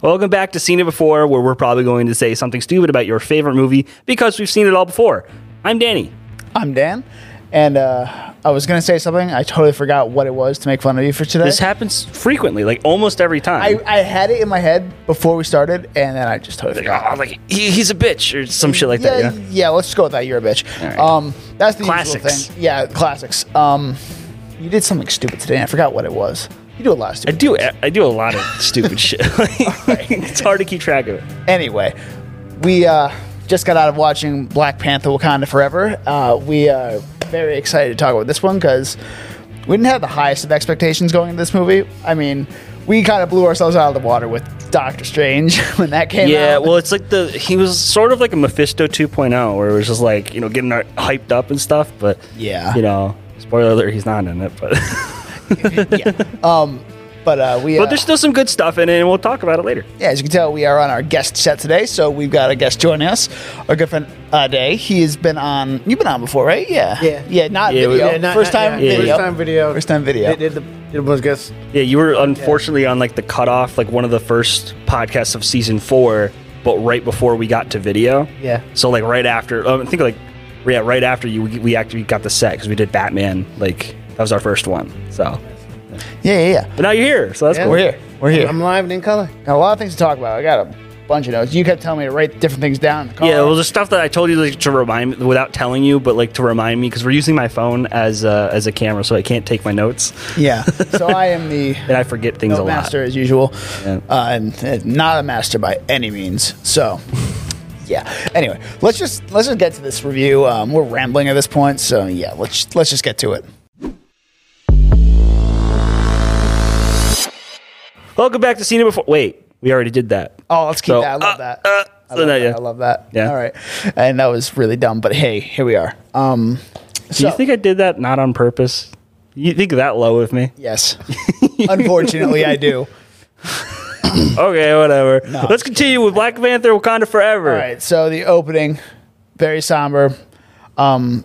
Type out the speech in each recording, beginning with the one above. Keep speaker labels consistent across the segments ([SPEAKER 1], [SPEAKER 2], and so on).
[SPEAKER 1] Welcome back to Seen It Before, where we're probably going to say something stupid about your favorite movie because we've seen it all before. I'm Danny.
[SPEAKER 2] I'm Dan, and uh, I was gonna say something. I totally forgot what it was to make fun of you for today.
[SPEAKER 1] This happens frequently, like almost every
[SPEAKER 2] I,
[SPEAKER 1] time.
[SPEAKER 2] I had it in my head before we started, and then I just totally
[SPEAKER 1] Like,
[SPEAKER 2] forgot.
[SPEAKER 1] oh, like he, he's a bitch or some shit like that. Yeah.
[SPEAKER 2] let's just go with that. You're a bitch.
[SPEAKER 1] right.
[SPEAKER 2] Um, that's the usual
[SPEAKER 1] Classics.
[SPEAKER 2] thing. Yeah, classics. Um, you did something stupid today. And I forgot what it was. You do a lot of
[SPEAKER 1] I
[SPEAKER 2] stupid.
[SPEAKER 1] do. I do a lot of stupid shit. it's hard to keep track of it.
[SPEAKER 2] Anyway, we uh, just got out of watching Black Panther: Wakanda Forever. Uh, we are very excited to talk about this one because we didn't have the highest of expectations going into this movie. I mean, we kind of blew ourselves out of the water with Doctor Strange when that came out.
[SPEAKER 1] Yeah, well, it's like the he was sort of like a Mephisto 2.0, where it was just like you know getting our- hyped up and stuff, but
[SPEAKER 2] Yeah.
[SPEAKER 1] you know, spoiler alert, he's not in it, but
[SPEAKER 2] but uh, we.
[SPEAKER 1] but
[SPEAKER 2] uh,
[SPEAKER 1] there's still some good stuff in it, and we'll talk about it later.
[SPEAKER 2] Yeah, as you can tell, we are on our guest set today. So we've got a guest joining us, our good friend Ade. He has been on. You've been on before, right? Yeah.
[SPEAKER 3] Yeah.
[SPEAKER 2] Yeah. Not
[SPEAKER 1] Yeah, we-
[SPEAKER 2] video.
[SPEAKER 1] Yeah,
[SPEAKER 3] not-
[SPEAKER 2] first
[SPEAKER 3] not-
[SPEAKER 2] time
[SPEAKER 3] yeah.
[SPEAKER 2] video.
[SPEAKER 3] First time video.
[SPEAKER 2] First time video.
[SPEAKER 3] They did the it was guess
[SPEAKER 1] Yeah, you were unfortunately on like the cutoff, like one of the first podcasts of season four, but right before we got to video.
[SPEAKER 3] Yeah.
[SPEAKER 1] So like right after, um, I think like yeah, right after you, we, we actually got the set because we did Batman. Like that was our first one. So,
[SPEAKER 2] Yeah, yeah, yeah.
[SPEAKER 1] but now you're here, so that's
[SPEAKER 3] Yeah.
[SPEAKER 1] cool.
[SPEAKER 2] We're here. We're here.
[SPEAKER 3] I'm live and in color.
[SPEAKER 2] Got a lot of things to talk about. I got a bunch of notes. You kept telling me to write different things down. In the car.
[SPEAKER 1] Yeah, well, the stuff that I told you like, to remind without telling you, but like to remind me because we're using my phone as a, as a camera, so I can't take my notes
[SPEAKER 2] yeah. so I am the
[SPEAKER 1] and I forget things
[SPEAKER 2] no
[SPEAKER 1] a
[SPEAKER 2] master
[SPEAKER 1] lot.
[SPEAKER 2] as usual.
[SPEAKER 1] Yeah.
[SPEAKER 2] Uh, I'm uh, not a master by any means. So. Yeah. Anyway, let's just let's just get to this review. Um, we're rambling at this point, so yeah, let's let's just get to it.
[SPEAKER 1] Welcome back to Cena before. Wait, we already did that.
[SPEAKER 2] Oh, let's keep
[SPEAKER 1] So,
[SPEAKER 2] that. I love
[SPEAKER 1] uh,
[SPEAKER 2] that.
[SPEAKER 1] uh,
[SPEAKER 2] I,
[SPEAKER 1] so
[SPEAKER 2] love
[SPEAKER 1] now,
[SPEAKER 2] that.
[SPEAKER 1] yeah.
[SPEAKER 2] I love that.
[SPEAKER 1] Yeah.
[SPEAKER 2] All right. And that was really dumb, but hey, here we are. Um,
[SPEAKER 1] Do you think I did that not on purpose? You think that low of me?
[SPEAKER 2] Yes. Unfortunately, I do.
[SPEAKER 1] Okay, whatever. Let's continue with Black Panther Wakanda Forever.
[SPEAKER 2] All right. So the opening, very somber. Um,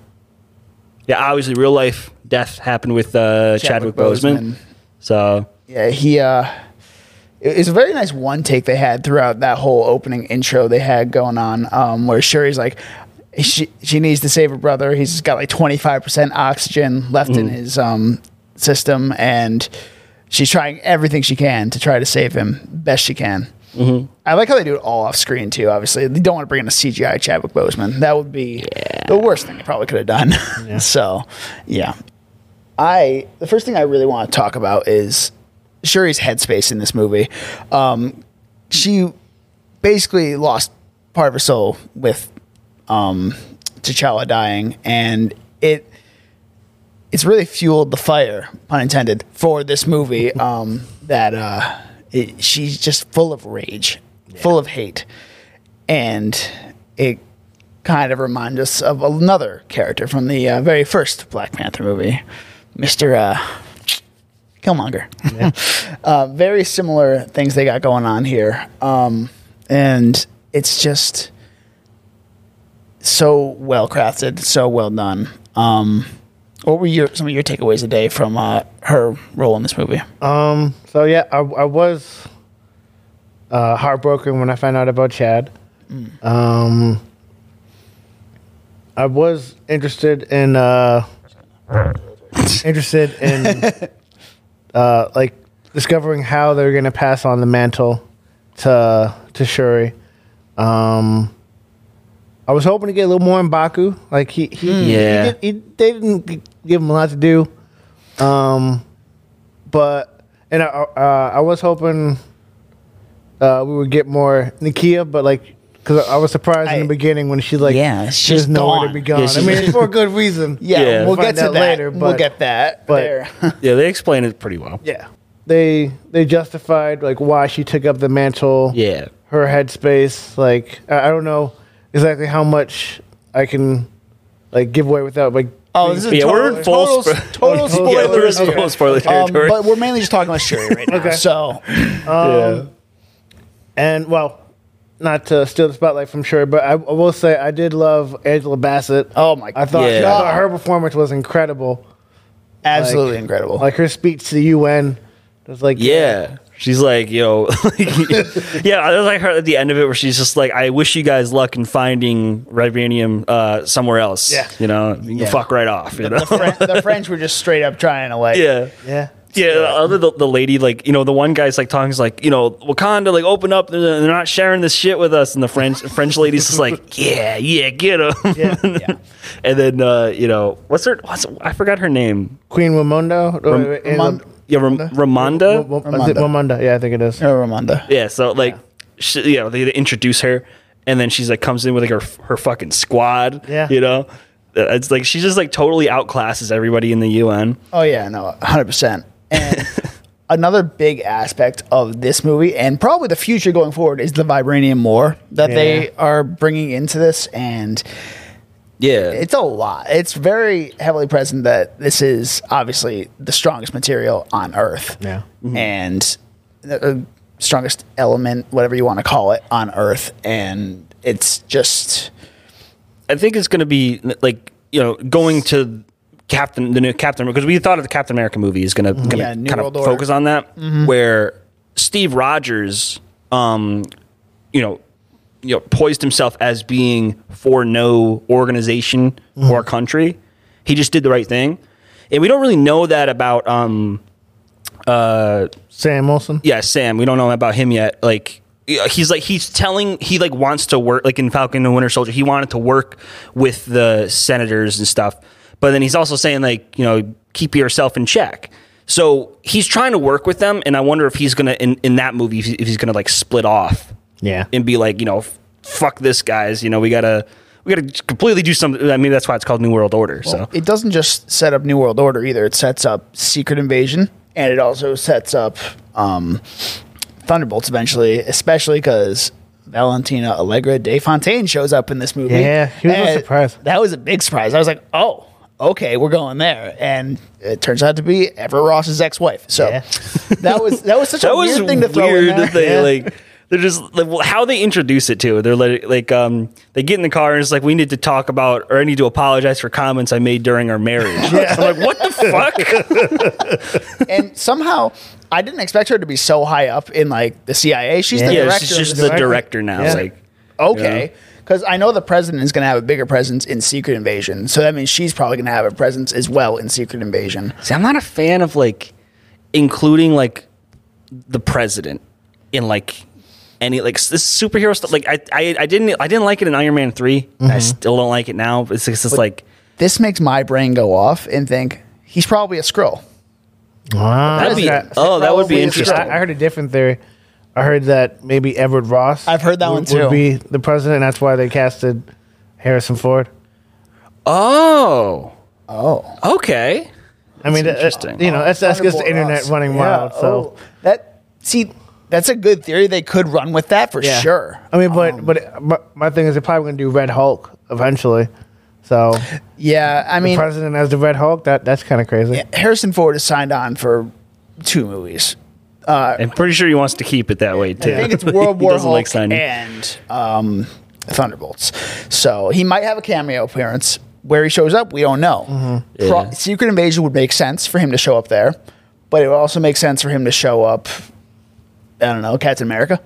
[SPEAKER 1] Yeah, obviously, real life death happened with uh, Chadwick,
[SPEAKER 2] Chadwick
[SPEAKER 1] Boseman.
[SPEAKER 2] Boseman.
[SPEAKER 1] So,
[SPEAKER 2] yeah, he. Uh, it- it's a very nice one take they had throughout that whole opening intro they had going on, um, where Shuri's like, she she needs to save her brother. He's got like twenty five percent oxygen left in his um, system, and she's trying everything she can to try to save him best she can. Mm-hmm. I like how they do it all off screen too. Obviously, they don't want to bring in a CGI Chadwick Boseman. That would be the worst thing they probably could have done. so, yeah, I the first thing I really want to talk about is Shuri's headspace in this movie. Um, she basically lost part of her soul with um, T'Challa dying, and it it's really fueled the fire, pun intended, for this movie. Um, that uh, it, she's just full of rage, full of hate, and it kind of reminds us of another character from the uh, very first Black Panther movie, Mister uh, Killmonger. uh, very similar things they got going on here, um, and it's just so well crafted, so well done. Um, what were your some of your takeaways today from uh, her role in this movie?
[SPEAKER 3] Um so yeah, I, I was uh, heartbroken when I found out about Chad. Um I was interested in uh interested in uh like discovering how they're gonna pass on the mantle to to Shuri. Um I was hoping to get a little more in Baku. Like he, he he
[SPEAKER 1] Yeah.
[SPEAKER 3] did- he- they didn't g- give him a lot to do. Um, but and I, uh, I was hoping uh, we would get more Nikia, but like because I was surprised in
[SPEAKER 2] I-
[SPEAKER 3] the beginning when she like
[SPEAKER 2] Yeah, she's
[SPEAKER 3] she's nowhere
[SPEAKER 2] gone.
[SPEAKER 3] to be gone.
[SPEAKER 1] Yeah,
[SPEAKER 3] I
[SPEAKER 1] she's-
[SPEAKER 3] mean, it's for a good reason.
[SPEAKER 2] Yeah,
[SPEAKER 1] Yeah.
[SPEAKER 2] we'll
[SPEAKER 3] Find
[SPEAKER 2] get to
[SPEAKER 3] out
[SPEAKER 2] that.
[SPEAKER 3] later,
[SPEAKER 2] we'll
[SPEAKER 3] but-
[SPEAKER 2] get that.
[SPEAKER 3] but-
[SPEAKER 2] there.
[SPEAKER 1] yeah, they explain it pretty well.
[SPEAKER 3] yeah, they they justified like why she took up the mantle.
[SPEAKER 1] Yeah.
[SPEAKER 3] her headspace. Like I, I don't know exactly how much I can like give away without like.
[SPEAKER 2] oh, this is
[SPEAKER 1] Yeah,
[SPEAKER 2] total,
[SPEAKER 1] we're in full
[SPEAKER 2] total,
[SPEAKER 1] spo-
[SPEAKER 2] total
[SPEAKER 3] Yeah, we're in
[SPEAKER 2] spoilers.
[SPEAKER 3] full
[SPEAKER 2] here. Um,
[SPEAKER 1] spoiler territory.
[SPEAKER 2] but we're mainly just talking about Shuri right now.
[SPEAKER 3] Okay.
[SPEAKER 2] So
[SPEAKER 3] Um, And well, not to steal the spotlight from Shuri, but I, I will say I did love Angela Bassett. Uh,
[SPEAKER 2] Oh my
[SPEAKER 3] I thought,
[SPEAKER 1] Yeah.
[SPEAKER 3] I thought her performance was incredible.
[SPEAKER 2] absolutely incredible.
[SPEAKER 3] Like her speech to the UN was like
[SPEAKER 1] Yeah. She's like, yo, like, yeah. I was like her at the end of it where she's just like, I wish you guys luck in finding vibranium uh, somewhere else.
[SPEAKER 3] Yeah.
[SPEAKER 1] you know, you can fuck right off. You know,
[SPEAKER 2] The, Fren- the French were just straight up trying to like.
[SPEAKER 1] yeah.
[SPEAKER 3] Yeah.
[SPEAKER 1] Yeah, the other the, the lady, like you know, the one guy's like talking, he's like you know, Wakanda, like open up, they're, they're not sharing this shit with us, and the French French lady's just like, yeah, yeah, get him,
[SPEAKER 3] Yeah.
[SPEAKER 2] Yeah.
[SPEAKER 1] and then uh, you know, what's her, what's I forgot her name,
[SPEAKER 3] Queen Wamondo? Oh, wait, wait,
[SPEAKER 2] Ramon-
[SPEAKER 3] Angela-
[SPEAKER 1] yeah, Ram- Ramonda,
[SPEAKER 3] Wa- Wa- is it Wamonda? Yeah, I think it is.
[SPEAKER 2] Oh, Ramonda.
[SPEAKER 1] yeah. So like, she, you know, they, they introduce her, and then she's like comes in with like her her fucking squad,
[SPEAKER 3] Yeah.
[SPEAKER 1] you know, Uh, it's like she's just like totally outclasses everybody in the UN.
[SPEAKER 2] Oh yeah, no, hundred percent. And another big aspect of this movie, and probably the future going forward, is the vibranium war that they are bringing into this, and
[SPEAKER 1] Yeah,
[SPEAKER 2] it's a lot. It's very heavily present that this is obviously the strongest material on Earth,
[SPEAKER 3] Yeah.
[SPEAKER 2] and the uh, strongest element, whatever you want to call it, on Earth, and it's just
[SPEAKER 1] I think it's going to be like you know going to Captain the new Captain because we thought of the Captain America movie is going to
[SPEAKER 2] Mm-hmm. Yeah, New
[SPEAKER 1] kind
[SPEAKER 2] World
[SPEAKER 1] of
[SPEAKER 2] Order. Mm-hmm.
[SPEAKER 1] focus on that where Steve Rogers um you know you know poised himself as being for no organization
[SPEAKER 2] Mm-hmm.
[SPEAKER 1] or country he just did the right thing and we don't really know that about um
[SPEAKER 3] Sam Wilson?
[SPEAKER 1] yeah, Sam. We don't know about him yet. Like yeah, he's like he's telling he like wants to work like in Falcon and Winter Soldier. He wanted to work with the senators and stuff, but then he's also saying like you know keep yourself in check. So he's trying to work with them, and I wonder if he's gonna in, in that movie if he- if he's gonna like split off
[SPEAKER 3] Yeah.
[SPEAKER 1] and be like you know f- fuck this guys you know we gotta we gotta completely do something. I mean that's why it's called New World Order. so
[SPEAKER 2] It doesn't just set up New World Order either. It sets up Secret Invasion, and it also sets up um, Thunderbolts eventually, especially because Valentina Allegra de Fontaine shows up in this movie.
[SPEAKER 3] Yeah, she was a
[SPEAKER 2] And
[SPEAKER 3] surprise.
[SPEAKER 2] That was a big surprise. I was like, oh, okay, we're going there, and it turns out to be Ever Ross's ex-wife. So
[SPEAKER 3] Yeah.
[SPEAKER 2] that was that was such a
[SPEAKER 1] that was
[SPEAKER 2] weird thing to throw
[SPEAKER 1] weird
[SPEAKER 2] in there.
[SPEAKER 1] that they
[SPEAKER 2] Yeah.
[SPEAKER 1] like they're just like, well, how they introduce it to it. they're like, like um they get in the car and it's like we need to talk about or I need to apologize for comments I made during our marriage I'm like what the fuck
[SPEAKER 2] and somehow I didn't expect her to be so high up in like the CIA. She's the
[SPEAKER 1] yeah
[SPEAKER 2] director.
[SPEAKER 1] she's
[SPEAKER 2] of
[SPEAKER 1] just
[SPEAKER 2] the
[SPEAKER 1] the
[SPEAKER 3] director.
[SPEAKER 1] director now
[SPEAKER 3] Yeah.
[SPEAKER 1] like
[SPEAKER 2] Okay. Because I know the president is going to have a bigger presence in Secret Invasion. So that means she's probably going to have a presence as well in Secret Invasion.
[SPEAKER 1] see I'm not a fan of like including like the president in like any like s- this superhero stuff like I I, I didn't I didn't like it in Iron Man 3
[SPEAKER 2] Mm-hmm.
[SPEAKER 1] I still don't like it now it's just, it's like
[SPEAKER 2] This makes my brain go off and think he's probably a Skrull.
[SPEAKER 3] Wow.
[SPEAKER 1] That'd be- oh, that would be interesting.
[SPEAKER 3] I, I heard a different theory. I heard that maybe Edward Ross.
[SPEAKER 2] I've heard that
[SPEAKER 3] would,
[SPEAKER 2] one too.
[SPEAKER 3] Would be the president. That's why they casted Harrison Ford.
[SPEAKER 1] oh
[SPEAKER 2] Oh.
[SPEAKER 1] okay
[SPEAKER 3] I mean,
[SPEAKER 1] That's
[SPEAKER 3] uh,
[SPEAKER 1] interesting.
[SPEAKER 3] you know, that's that's just the internet running wild. So
[SPEAKER 2] Oh, that, see, that's a good theory. They could run with that for
[SPEAKER 3] yeah.
[SPEAKER 2] Oh, sure.
[SPEAKER 3] I mean, but but my, my thing is, they're probably going to do Red Hulk eventually. So
[SPEAKER 2] Yeah. I mean,
[SPEAKER 3] president as the Red Hulk. That that's kind of crazy.
[SPEAKER 2] Harrison Ford is signed on for two movies.
[SPEAKER 1] I'm pretty sure he wants to keep it that way too.
[SPEAKER 2] I think it's
[SPEAKER 1] He
[SPEAKER 2] World War
[SPEAKER 1] doesn't
[SPEAKER 2] Hulk
[SPEAKER 1] like signing.
[SPEAKER 2] and um, Thunderbolts. So he might have a cameo appearance. Where he shows up, we don't know. Pro-
[SPEAKER 3] Mm-hmm.
[SPEAKER 1] Yeah.
[SPEAKER 2] Secret Invasion would make sense for him to show up there, but it would also make sense for him to show up. I don't know, Captain America.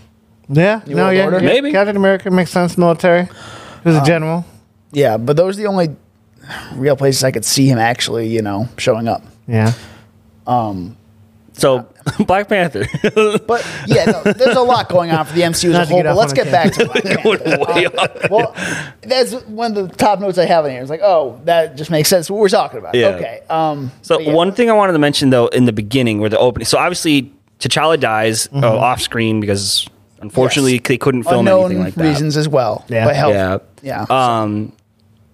[SPEAKER 3] Yeah. No.
[SPEAKER 2] World
[SPEAKER 3] Yeah,
[SPEAKER 2] Order?
[SPEAKER 3] yeah.
[SPEAKER 1] Maybe.
[SPEAKER 3] Captain America makes sense. Military. He was a general.
[SPEAKER 2] yeah, but those are the only real places I could see him actually, you know, showing up.
[SPEAKER 3] Yeah.
[SPEAKER 1] So Black Panther.
[SPEAKER 2] But yeah, no, there's a lot going on for the MCU as a
[SPEAKER 3] Not to
[SPEAKER 2] whole.
[SPEAKER 3] get
[SPEAKER 2] But
[SPEAKER 3] off
[SPEAKER 2] let's
[SPEAKER 3] on a
[SPEAKER 2] get back to Black
[SPEAKER 1] Going
[SPEAKER 2] Panther.
[SPEAKER 1] way
[SPEAKER 2] Uh, well, that's one of the top notes I have in here. It's like, oh, that just makes sense. What we're talking about.
[SPEAKER 1] Yeah.
[SPEAKER 2] Okay. Um,
[SPEAKER 1] so
[SPEAKER 2] but yeah.
[SPEAKER 1] one thing I wanted to mention though in the beginning where the opening. So obviously T'Challa dies uh, off screen because unfortunately
[SPEAKER 2] Mm-hmm. Yes.
[SPEAKER 1] they couldn't film
[SPEAKER 2] unknown
[SPEAKER 1] anything like that.
[SPEAKER 2] reasons as well.
[SPEAKER 3] Yeah.
[SPEAKER 2] But help.
[SPEAKER 1] Yeah.
[SPEAKER 2] Yeah.
[SPEAKER 1] Um,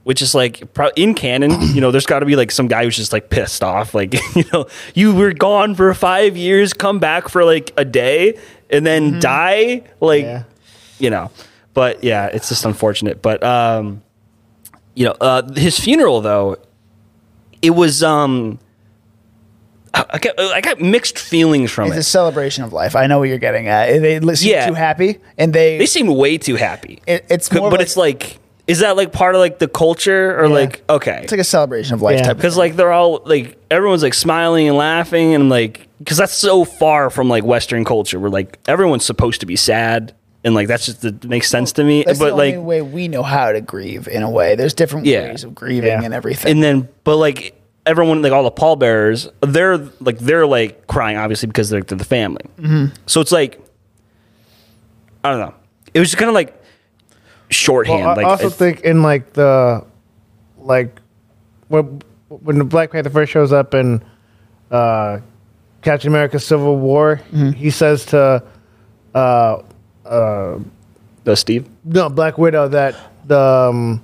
[SPEAKER 1] which is like pro- in canon, you know, there's got to be like some guy who's just like pissed off, like you know, you were gone for five years, come back for like a day, and then
[SPEAKER 2] Mm-hmm.
[SPEAKER 1] die, like
[SPEAKER 3] Yeah.
[SPEAKER 1] you know. But yeah, it's just unfortunate. But um, you know, uh, his funeral though, it was um, I I got, I got mixed feelings from
[SPEAKER 2] it's
[SPEAKER 1] it.
[SPEAKER 2] a celebration of life. I know what you're getting at. They li- seem
[SPEAKER 1] Yeah.
[SPEAKER 2] too happy, and they,
[SPEAKER 1] they seem way too happy.
[SPEAKER 2] it, it's
[SPEAKER 1] but
[SPEAKER 2] more of like,
[SPEAKER 1] it's like, is that like part of like the culture or like okay?
[SPEAKER 2] it's like a celebration of life
[SPEAKER 3] Yeah.
[SPEAKER 2] type. Of,
[SPEAKER 1] because like they're all like everyone's like smiling and laughing and like because that's so far from like Western culture, where like everyone's supposed to be sad, and like that's just that makes sense to me.
[SPEAKER 2] That's
[SPEAKER 1] but
[SPEAKER 2] the
[SPEAKER 1] like,
[SPEAKER 2] only way we know how to grieve in a way. There's different
[SPEAKER 1] Yeah.
[SPEAKER 2] ways of grieving
[SPEAKER 3] Yeah.
[SPEAKER 2] and everything.
[SPEAKER 1] and then but like everyone, like all the pallbearers, they're like they're like crying obviously because they're, they're the family.
[SPEAKER 2] Mm-hmm.
[SPEAKER 1] So it's like I don't know. It was just kind of like shorthand.
[SPEAKER 3] Well, I
[SPEAKER 1] like uh,
[SPEAKER 3] also
[SPEAKER 1] I-
[SPEAKER 3] think in like the like when when the Black Panther first shows up in uh, Captain America: Civil War, he says to uh,
[SPEAKER 1] uh, Steve.
[SPEAKER 3] no Black Widow that the um,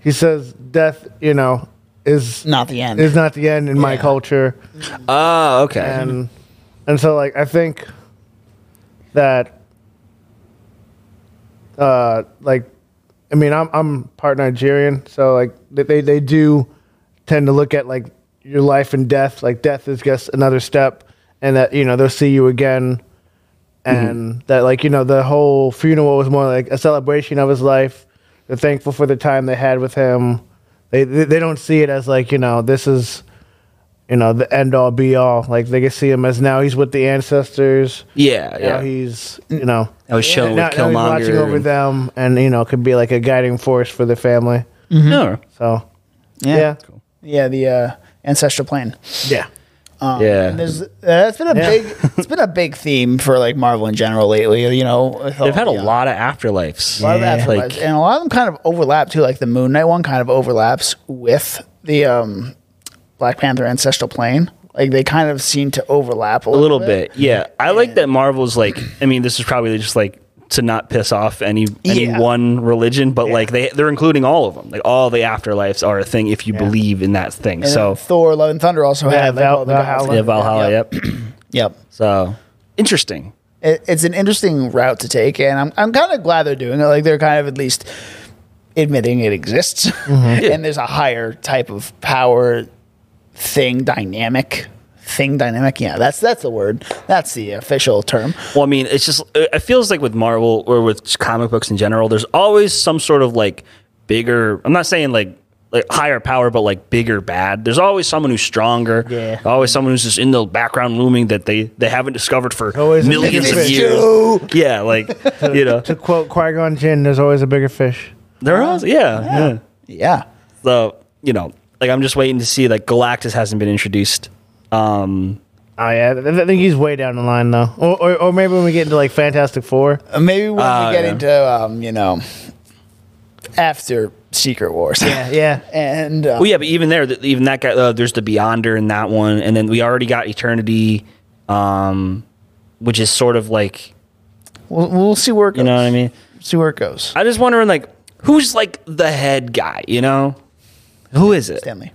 [SPEAKER 3] he says death, you know, is
[SPEAKER 2] Not the end.
[SPEAKER 3] is not the end in my
[SPEAKER 2] Yeah.
[SPEAKER 3] culture,
[SPEAKER 1] Oh, okay.
[SPEAKER 3] and and so like I think that uh like I mean I'm I'm part Nigerian so like they- they they do tend to look at like your life and death like death is just another step and that you know they'll see you again and that like you know the whole funeral was more like a celebration of his life they're thankful for the time they had with him they they, they don't see it as like you know this is you know the end all be all like they can see him as now he's with the ancestors
[SPEAKER 1] yeah,
[SPEAKER 3] yeah.
[SPEAKER 1] yeah.
[SPEAKER 3] he's you know
[SPEAKER 1] I was shown
[SPEAKER 3] now,
[SPEAKER 1] with
[SPEAKER 3] now
[SPEAKER 1] Killmonger.
[SPEAKER 3] he's watching over
[SPEAKER 1] and-
[SPEAKER 3] them and you know could be like a guiding force for the family
[SPEAKER 1] No.
[SPEAKER 3] so
[SPEAKER 2] yeah.
[SPEAKER 3] yeah
[SPEAKER 2] Yeah, the uh, ancestral plane.
[SPEAKER 3] yeah
[SPEAKER 1] yeah.
[SPEAKER 2] And there's uh, that's been a
[SPEAKER 3] Yeah.
[SPEAKER 2] big it's been a big theme for like Marvel in general lately. You know, with all
[SPEAKER 1] They've had a
[SPEAKER 2] the, uh,
[SPEAKER 1] lot of afterlives.
[SPEAKER 2] a lot of afterlives,
[SPEAKER 1] Like,
[SPEAKER 2] and a lot of them kind of overlap too. Like the Moon Knight one kind of overlaps with the um, Black Panther ancestral plane. Like they kind of seem to overlap
[SPEAKER 1] a
[SPEAKER 2] a little,
[SPEAKER 1] little bit. Yeah. I like that Marvel's like I mean, this is probably just like to not piss off any any
[SPEAKER 2] Yeah.
[SPEAKER 1] one religion, but like they they're including all of them. Like all the afterlives are a thing if you believe in that thing.
[SPEAKER 2] And
[SPEAKER 1] so
[SPEAKER 2] then Thor, Love and Thunder also
[SPEAKER 3] Yeah,
[SPEAKER 2] had like,
[SPEAKER 3] Val-
[SPEAKER 2] all the
[SPEAKER 3] Valhalla.
[SPEAKER 2] gods.
[SPEAKER 1] yeah, Valhalla, yep.
[SPEAKER 2] Yep.
[SPEAKER 1] So interesting.
[SPEAKER 2] it, it's an interesting route to take, and I'm I'm kind of glad they're doing it. Like they're kind of at least admitting it exists,
[SPEAKER 1] Mm-hmm.
[SPEAKER 2] and there's a higher type of power thing dynamic thing dynamic. Yeah, that's that's the word. That's the official term.
[SPEAKER 1] Well, I mean, it's just it it feels like with Marvel or with just comic books in general, there's always some sort of like bigger. I'm not saying like like higher power, but like bigger bad. There's always someone who's stronger.
[SPEAKER 2] Yeah.
[SPEAKER 1] Always someone who's just in the background looming that they they haven't discovered for
[SPEAKER 3] Always a
[SPEAKER 1] millions
[SPEAKER 3] bigger
[SPEAKER 1] of
[SPEAKER 3] fish.
[SPEAKER 1] years. Yeah, like you know,
[SPEAKER 3] to quote Qui-Gon Jinn there's always a bigger fish
[SPEAKER 1] they're all yeah, yeah.
[SPEAKER 2] Yeah,
[SPEAKER 1] So you know, like I'm just waiting to see like Galactus hasn't been introduced. Um,
[SPEAKER 3] oh yeah I th- I think he's way down the line though or or, or maybe when we get into like Fantastic Four
[SPEAKER 2] Uh, maybe when
[SPEAKER 1] Ah,
[SPEAKER 2] we get
[SPEAKER 1] yeah.
[SPEAKER 2] into um, you know after Secret Wars.
[SPEAKER 3] yeah yeah
[SPEAKER 2] and uh,
[SPEAKER 1] Well, yeah, but even there, th- even that guy, uh, there's the Beyonder in that one, and then we already got Eternity, um, which is sort of like
[SPEAKER 2] we'll, we'll see where it goes.
[SPEAKER 1] you know what I mean.
[SPEAKER 2] See where it goes.
[SPEAKER 1] I just wondering like who's like the head guy, you know? Who is it?
[SPEAKER 2] Stanley.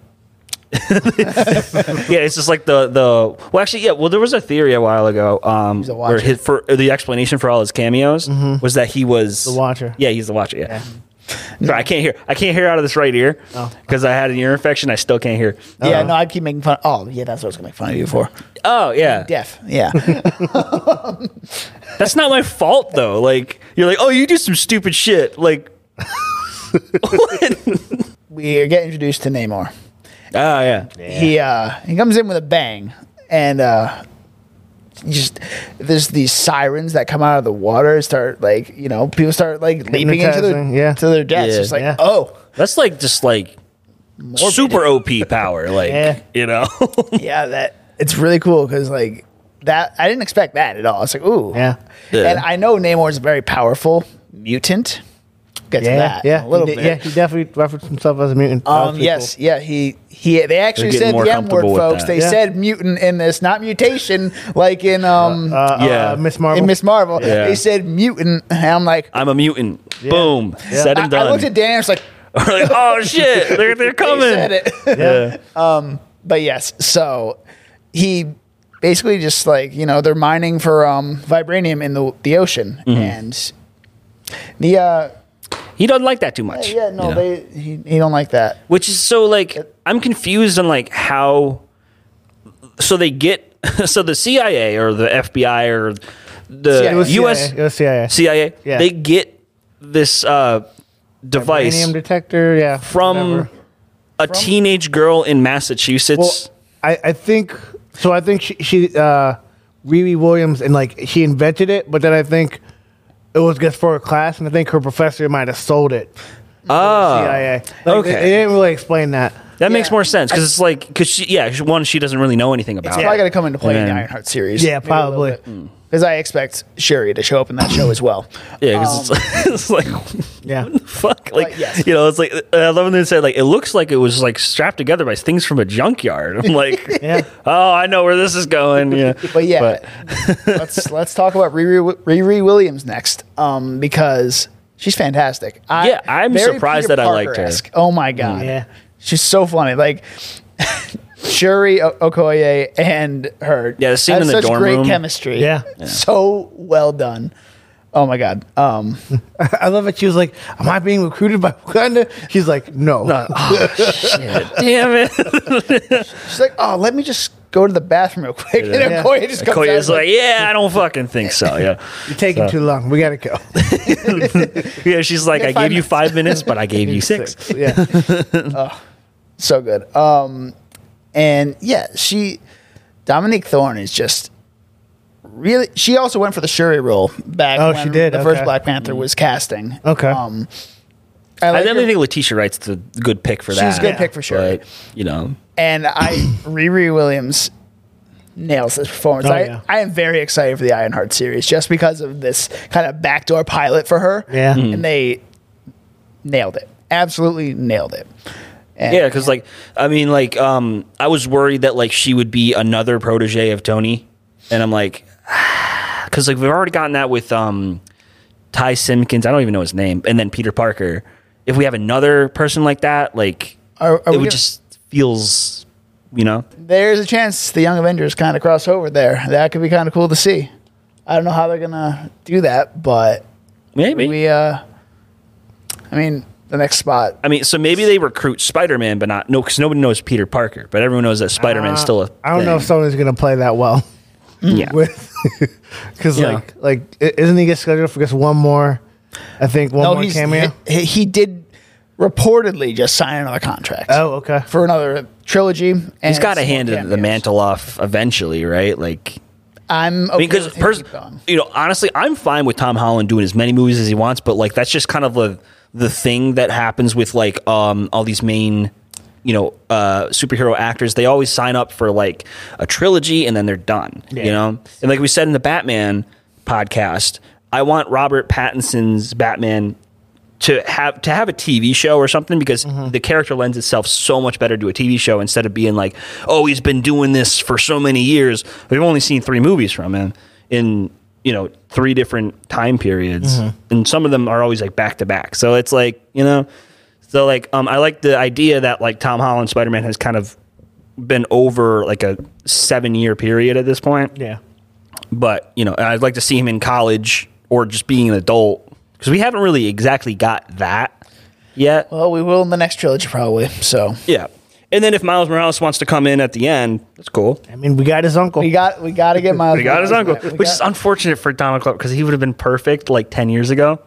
[SPEAKER 1] Yeah, it's just like the the well, actually, yeah. Well, there was a theory a while ago um,
[SPEAKER 2] a
[SPEAKER 1] where
[SPEAKER 2] watcher.
[SPEAKER 1] his for the explanation for all his cameos was that he was the
[SPEAKER 3] watcher.
[SPEAKER 1] Yeah, he's the watcher. Yeah. Sorry, I can't hear. I can't hear out of this right ear because I had an ear infection. I still can't hear.
[SPEAKER 2] Yeah, no, I keep making fun. Oh, yeah, that's what I was gonna make fun of you for.
[SPEAKER 1] Oh yeah,
[SPEAKER 2] Deaf. Yeah.
[SPEAKER 1] That's not my fault though. Like you're like, oh, you do some stupid shit. Like, Ah,
[SPEAKER 2] we get introduced to Namor.
[SPEAKER 1] oh yeah,
[SPEAKER 2] He uh, he comes in with a bang, and uh, just there's these sirens that come out of the water. Start like you know people start like leaping into their
[SPEAKER 3] Hypnotizing, yeah.
[SPEAKER 2] to their deaths.
[SPEAKER 1] Yeah.
[SPEAKER 2] It's like
[SPEAKER 3] Yeah.
[SPEAKER 2] oh
[SPEAKER 1] that's like just like super OP power. Like
[SPEAKER 3] Yeah.
[SPEAKER 1] you know,
[SPEAKER 2] yeah that it's really cool because like that I didn't expect that at all. It's like ooh
[SPEAKER 3] Yeah.
[SPEAKER 1] Yeah.
[SPEAKER 2] and I know Namor's a very powerful mutant. Get to
[SPEAKER 3] yeah
[SPEAKER 2] that
[SPEAKER 3] yeah
[SPEAKER 2] in a little
[SPEAKER 3] he,
[SPEAKER 2] bit
[SPEAKER 3] did- yeah he definitely referenced himself as a mutant That was
[SPEAKER 2] Um,
[SPEAKER 3] pretty
[SPEAKER 2] yes,
[SPEAKER 3] cool.
[SPEAKER 2] yeah, he he. They actually
[SPEAKER 1] They're getting
[SPEAKER 2] said
[SPEAKER 1] more
[SPEAKER 2] the M word,
[SPEAKER 1] comfortable with
[SPEAKER 2] folks.
[SPEAKER 1] that.
[SPEAKER 2] They
[SPEAKER 3] Yeah.
[SPEAKER 2] said mutant in this, not mutation, like in um
[SPEAKER 3] uh,
[SPEAKER 1] Yeah.
[SPEAKER 3] yeah uh, Miss Marvel
[SPEAKER 2] in Miss Marvel.
[SPEAKER 1] Yeah.
[SPEAKER 2] They said mutant, and I'm like,
[SPEAKER 1] I'm a mutant. Boom, said
[SPEAKER 2] I,
[SPEAKER 1] and done.
[SPEAKER 2] I looked at Dan, I was like,
[SPEAKER 1] We're like, oh shit, they're they're
[SPEAKER 2] they
[SPEAKER 1] coming.
[SPEAKER 2] said it.
[SPEAKER 1] Yeah.
[SPEAKER 2] but yes, so he basically just like you know they're mining for um vibranium in the the ocean,
[SPEAKER 1] Mm-hmm.
[SPEAKER 2] and the uh
[SPEAKER 1] he doesn't like that too much.
[SPEAKER 2] yeah no
[SPEAKER 1] you know?
[SPEAKER 2] they he, he don't like that.
[SPEAKER 1] which is so like I'm confused on like how so they get so the CIA or the FBI or
[SPEAKER 2] CIA. It
[SPEAKER 1] the
[SPEAKER 2] was
[SPEAKER 1] US
[SPEAKER 3] CIA. It was CIA.
[SPEAKER 1] CIA
[SPEAKER 3] Yeah.
[SPEAKER 1] they get this uh device
[SPEAKER 3] Uranium detector yeah
[SPEAKER 1] from
[SPEAKER 3] whatever.
[SPEAKER 1] a teenage girl in Massachusetts.
[SPEAKER 3] Well, I, I think So I think she, she uh, Riri Williams, and like she invented it, but then I think it was just for a class, and I think her professor might have sold it.
[SPEAKER 1] Oh,
[SPEAKER 3] CIA. Like,
[SPEAKER 1] okay.
[SPEAKER 3] They, they didn't really explain that.
[SPEAKER 1] that makes
[SPEAKER 2] Yeah.
[SPEAKER 1] more sense because it's like because she yeah she- one she doesn't really know anything
[SPEAKER 2] It's
[SPEAKER 1] about.
[SPEAKER 2] probably
[SPEAKER 1] it.
[SPEAKER 2] going to come into play in the
[SPEAKER 1] And-
[SPEAKER 2] Ironheart series.
[SPEAKER 3] Yeah, probably.
[SPEAKER 2] Because I expect Sherry to show up in that show as well. Um,
[SPEAKER 1] Yeah, because it's, like, it's like
[SPEAKER 3] Yeah.
[SPEAKER 1] fuck, like
[SPEAKER 2] yes.
[SPEAKER 1] you know, it's like uh, I love when they said like it looks like it was like strapped together by things from a junkyard. I'm like,
[SPEAKER 3] Yeah.
[SPEAKER 1] oh, I know where this is going. Yeah,
[SPEAKER 2] But yeah, let's let's talk about Riri, Riri Williams next um, because she's fantastic. I,
[SPEAKER 1] Yeah, I'm
[SPEAKER 2] very
[SPEAKER 1] surprised
[SPEAKER 2] Peter
[SPEAKER 1] that I liked her. Mm.
[SPEAKER 2] Parker-esque. Oh my god,
[SPEAKER 3] Yeah.
[SPEAKER 2] she's so funny. Like Shuri o- Okoye and her.
[SPEAKER 1] Yeah, the scene
[SPEAKER 2] have
[SPEAKER 1] in the
[SPEAKER 2] such
[SPEAKER 1] dorm
[SPEAKER 2] great
[SPEAKER 1] room.
[SPEAKER 2] chemistry.
[SPEAKER 3] Yeah.
[SPEAKER 2] so well done. Oh my god. Um,
[SPEAKER 3] I love it. She was like, "Am I being recruited by Wakanda?" She's like, "No."
[SPEAKER 1] damn it.
[SPEAKER 2] she's like, oh, let me just go to the bathroom real quick, and
[SPEAKER 1] Yeah.
[SPEAKER 2] Okoye just comes out
[SPEAKER 1] Koya's
[SPEAKER 2] like-
[SPEAKER 1] like, yeah, I don't fucking think so. Yeah,
[SPEAKER 3] You're taking too long. We gotta go.
[SPEAKER 1] yeah. She's like,
[SPEAKER 2] Yeah,
[SPEAKER 1] I
[SPEAKER 2] five
[SPEAKER 1] gave you five minutes, but I gave you six.
[SPEAKER 3] Yeah.
[SPEAKER 2] so good. Um, and yeah, she Dominique Thorne is just really. She also went for the Shuri role back.
[SPEAKER 3] Oh,
[SPEAKER 2] when
[SPEAKER 3] she did?
[SPEAKER 2] The first
[SPEAKER 3] Okay.
[SPEAKER 2] Black Panther was casting.
[SPEAKER 3] Okay.
[SPEAKER 2] Um, I
[SPEAKER 1] I
[SPEAKER 2] like her,
[SPEAKER 1] definitely think Letitia Wright's the good pick for that.
[SPEAKER 2] a good pick for sure.
[SPEAKER 1] But, you know,
[SPEAKER 2] and I Riri Williams nails this performance.
[SPEAKER 3] Oh,
[SPEAKER 2] I,
[SPEAKER 3] yeah.
[SPEAKER 2] I am very excited for the Ironheart series just because of this kind of backdoor pilot for her.
[SPEAKER 3] Yeah. Mhm.
[SPEAKER 2] and they nailed it. Absolutely nailed it. And
[SPEAKER 1] yeah, because like I mean, like um, I was worried that like she would be another protege of Tony, and I'm like, because like we've already gotten that with um, Ty Simpkins. I don't even know his name, and then Peter Parker. If we have another person like that, like
[SPEAKER 2] Are- are
[SPEAKER 1] it
[SPEAKER 2] we
[SPEAKER 1] would
[SPEAKER 2] gonna-
[SPEAKER 1] just feels, you know,
[SPEAKER 2] there's a chance the Young Avengers kind of cross over there. That could be kind of cool to see. I don't know how they're gonna do that, but
[SPEAKER 1] maybe.
[SPEAKER 2] we. uh I mean, the next spot.
[SPEAKER 1] I mean, so maybe they recruit Spider Man, but not no, because nobody knows Peter Parker, but everyone knows that Spider Man's still a.
[SPEAKER 3] Uh, I don't know if
[SPEAKER 1] thing.
[SPEAKER 3] someone's gonna play that well
[SPEAKER 1] yeah.
[SPEAKER 3] with, because
[SPEAKER 1] Yeah.
[SPEAKER 3] like like i- isn't he get scheduled for just one more? I think one more
[SPEAKER 2] he's-
[SPEAKER 3] cameo.
[SPEAKER 2] He, he did reportedly just sign another contract
[SPEAKER 3] oh, okay.
[SPEAKER 2] for another trilogy. And
[SPEAKER 1] He's got to
[SPEAKER 2] some more
[SPEAKER 1] hand the- the
[SPEAKER 2] cameos.
[SPEAKER 1] mantle off eventually, right? Like,
[SPEAKER 2] I'm okay
[SPEAKER 1] because
[SPEAKER 2] with him
[SPEAKER 1] pers-
[SPEAKER 2] keep going.
[SPEAKER 1] you know, honestly, I'm fine with Tom Holland doing as many movies as he wants, but like that's just kind of the the thing that happens with like um all these main you know uh superhero actors they always sign up for like a trilogy and then they're done you
[SPEAKER 3] Yeah.
[SPEAKER 1] know Um, and like we said in the batman podcast i want robert pattinson's batman to have to have a TV show or something because the character lends itself so much better to a TV show instead of being like, oh, he's been doing this for so many years. We've only seen three movies from him in you know three different time periods, and some of them are always like back to back. So it's like you know, so like um, I like the idea that like Tom Holland Spider Man has kind of been over like a seven year period at this point
[SPEAKER 3] Yeah.
[SPEAKER 1] but you know i'd like to see him in college or just being an adult because we haven't really exactly got that yet
[SPEAKER 2] Well, we will in the next trilogy probably. So
[SPEAKER 1] yeah and then if miles morales wants to come in at the end that's cool
[SPEAKER 3] I mean, we got his uncle.
[SPEAKER 2] we got we got to get Miles.
[SPEAKER 1] we got his
[SPEAKER 2] Morales
[SPEAKER 1] uncle
[SPEAKER 2] back. We
[SPEAKER 1] which
[SPEAKER 2] got-
[SPEAKER 1] is unfortunate for donald clark because he would have been perfect like 10 years ago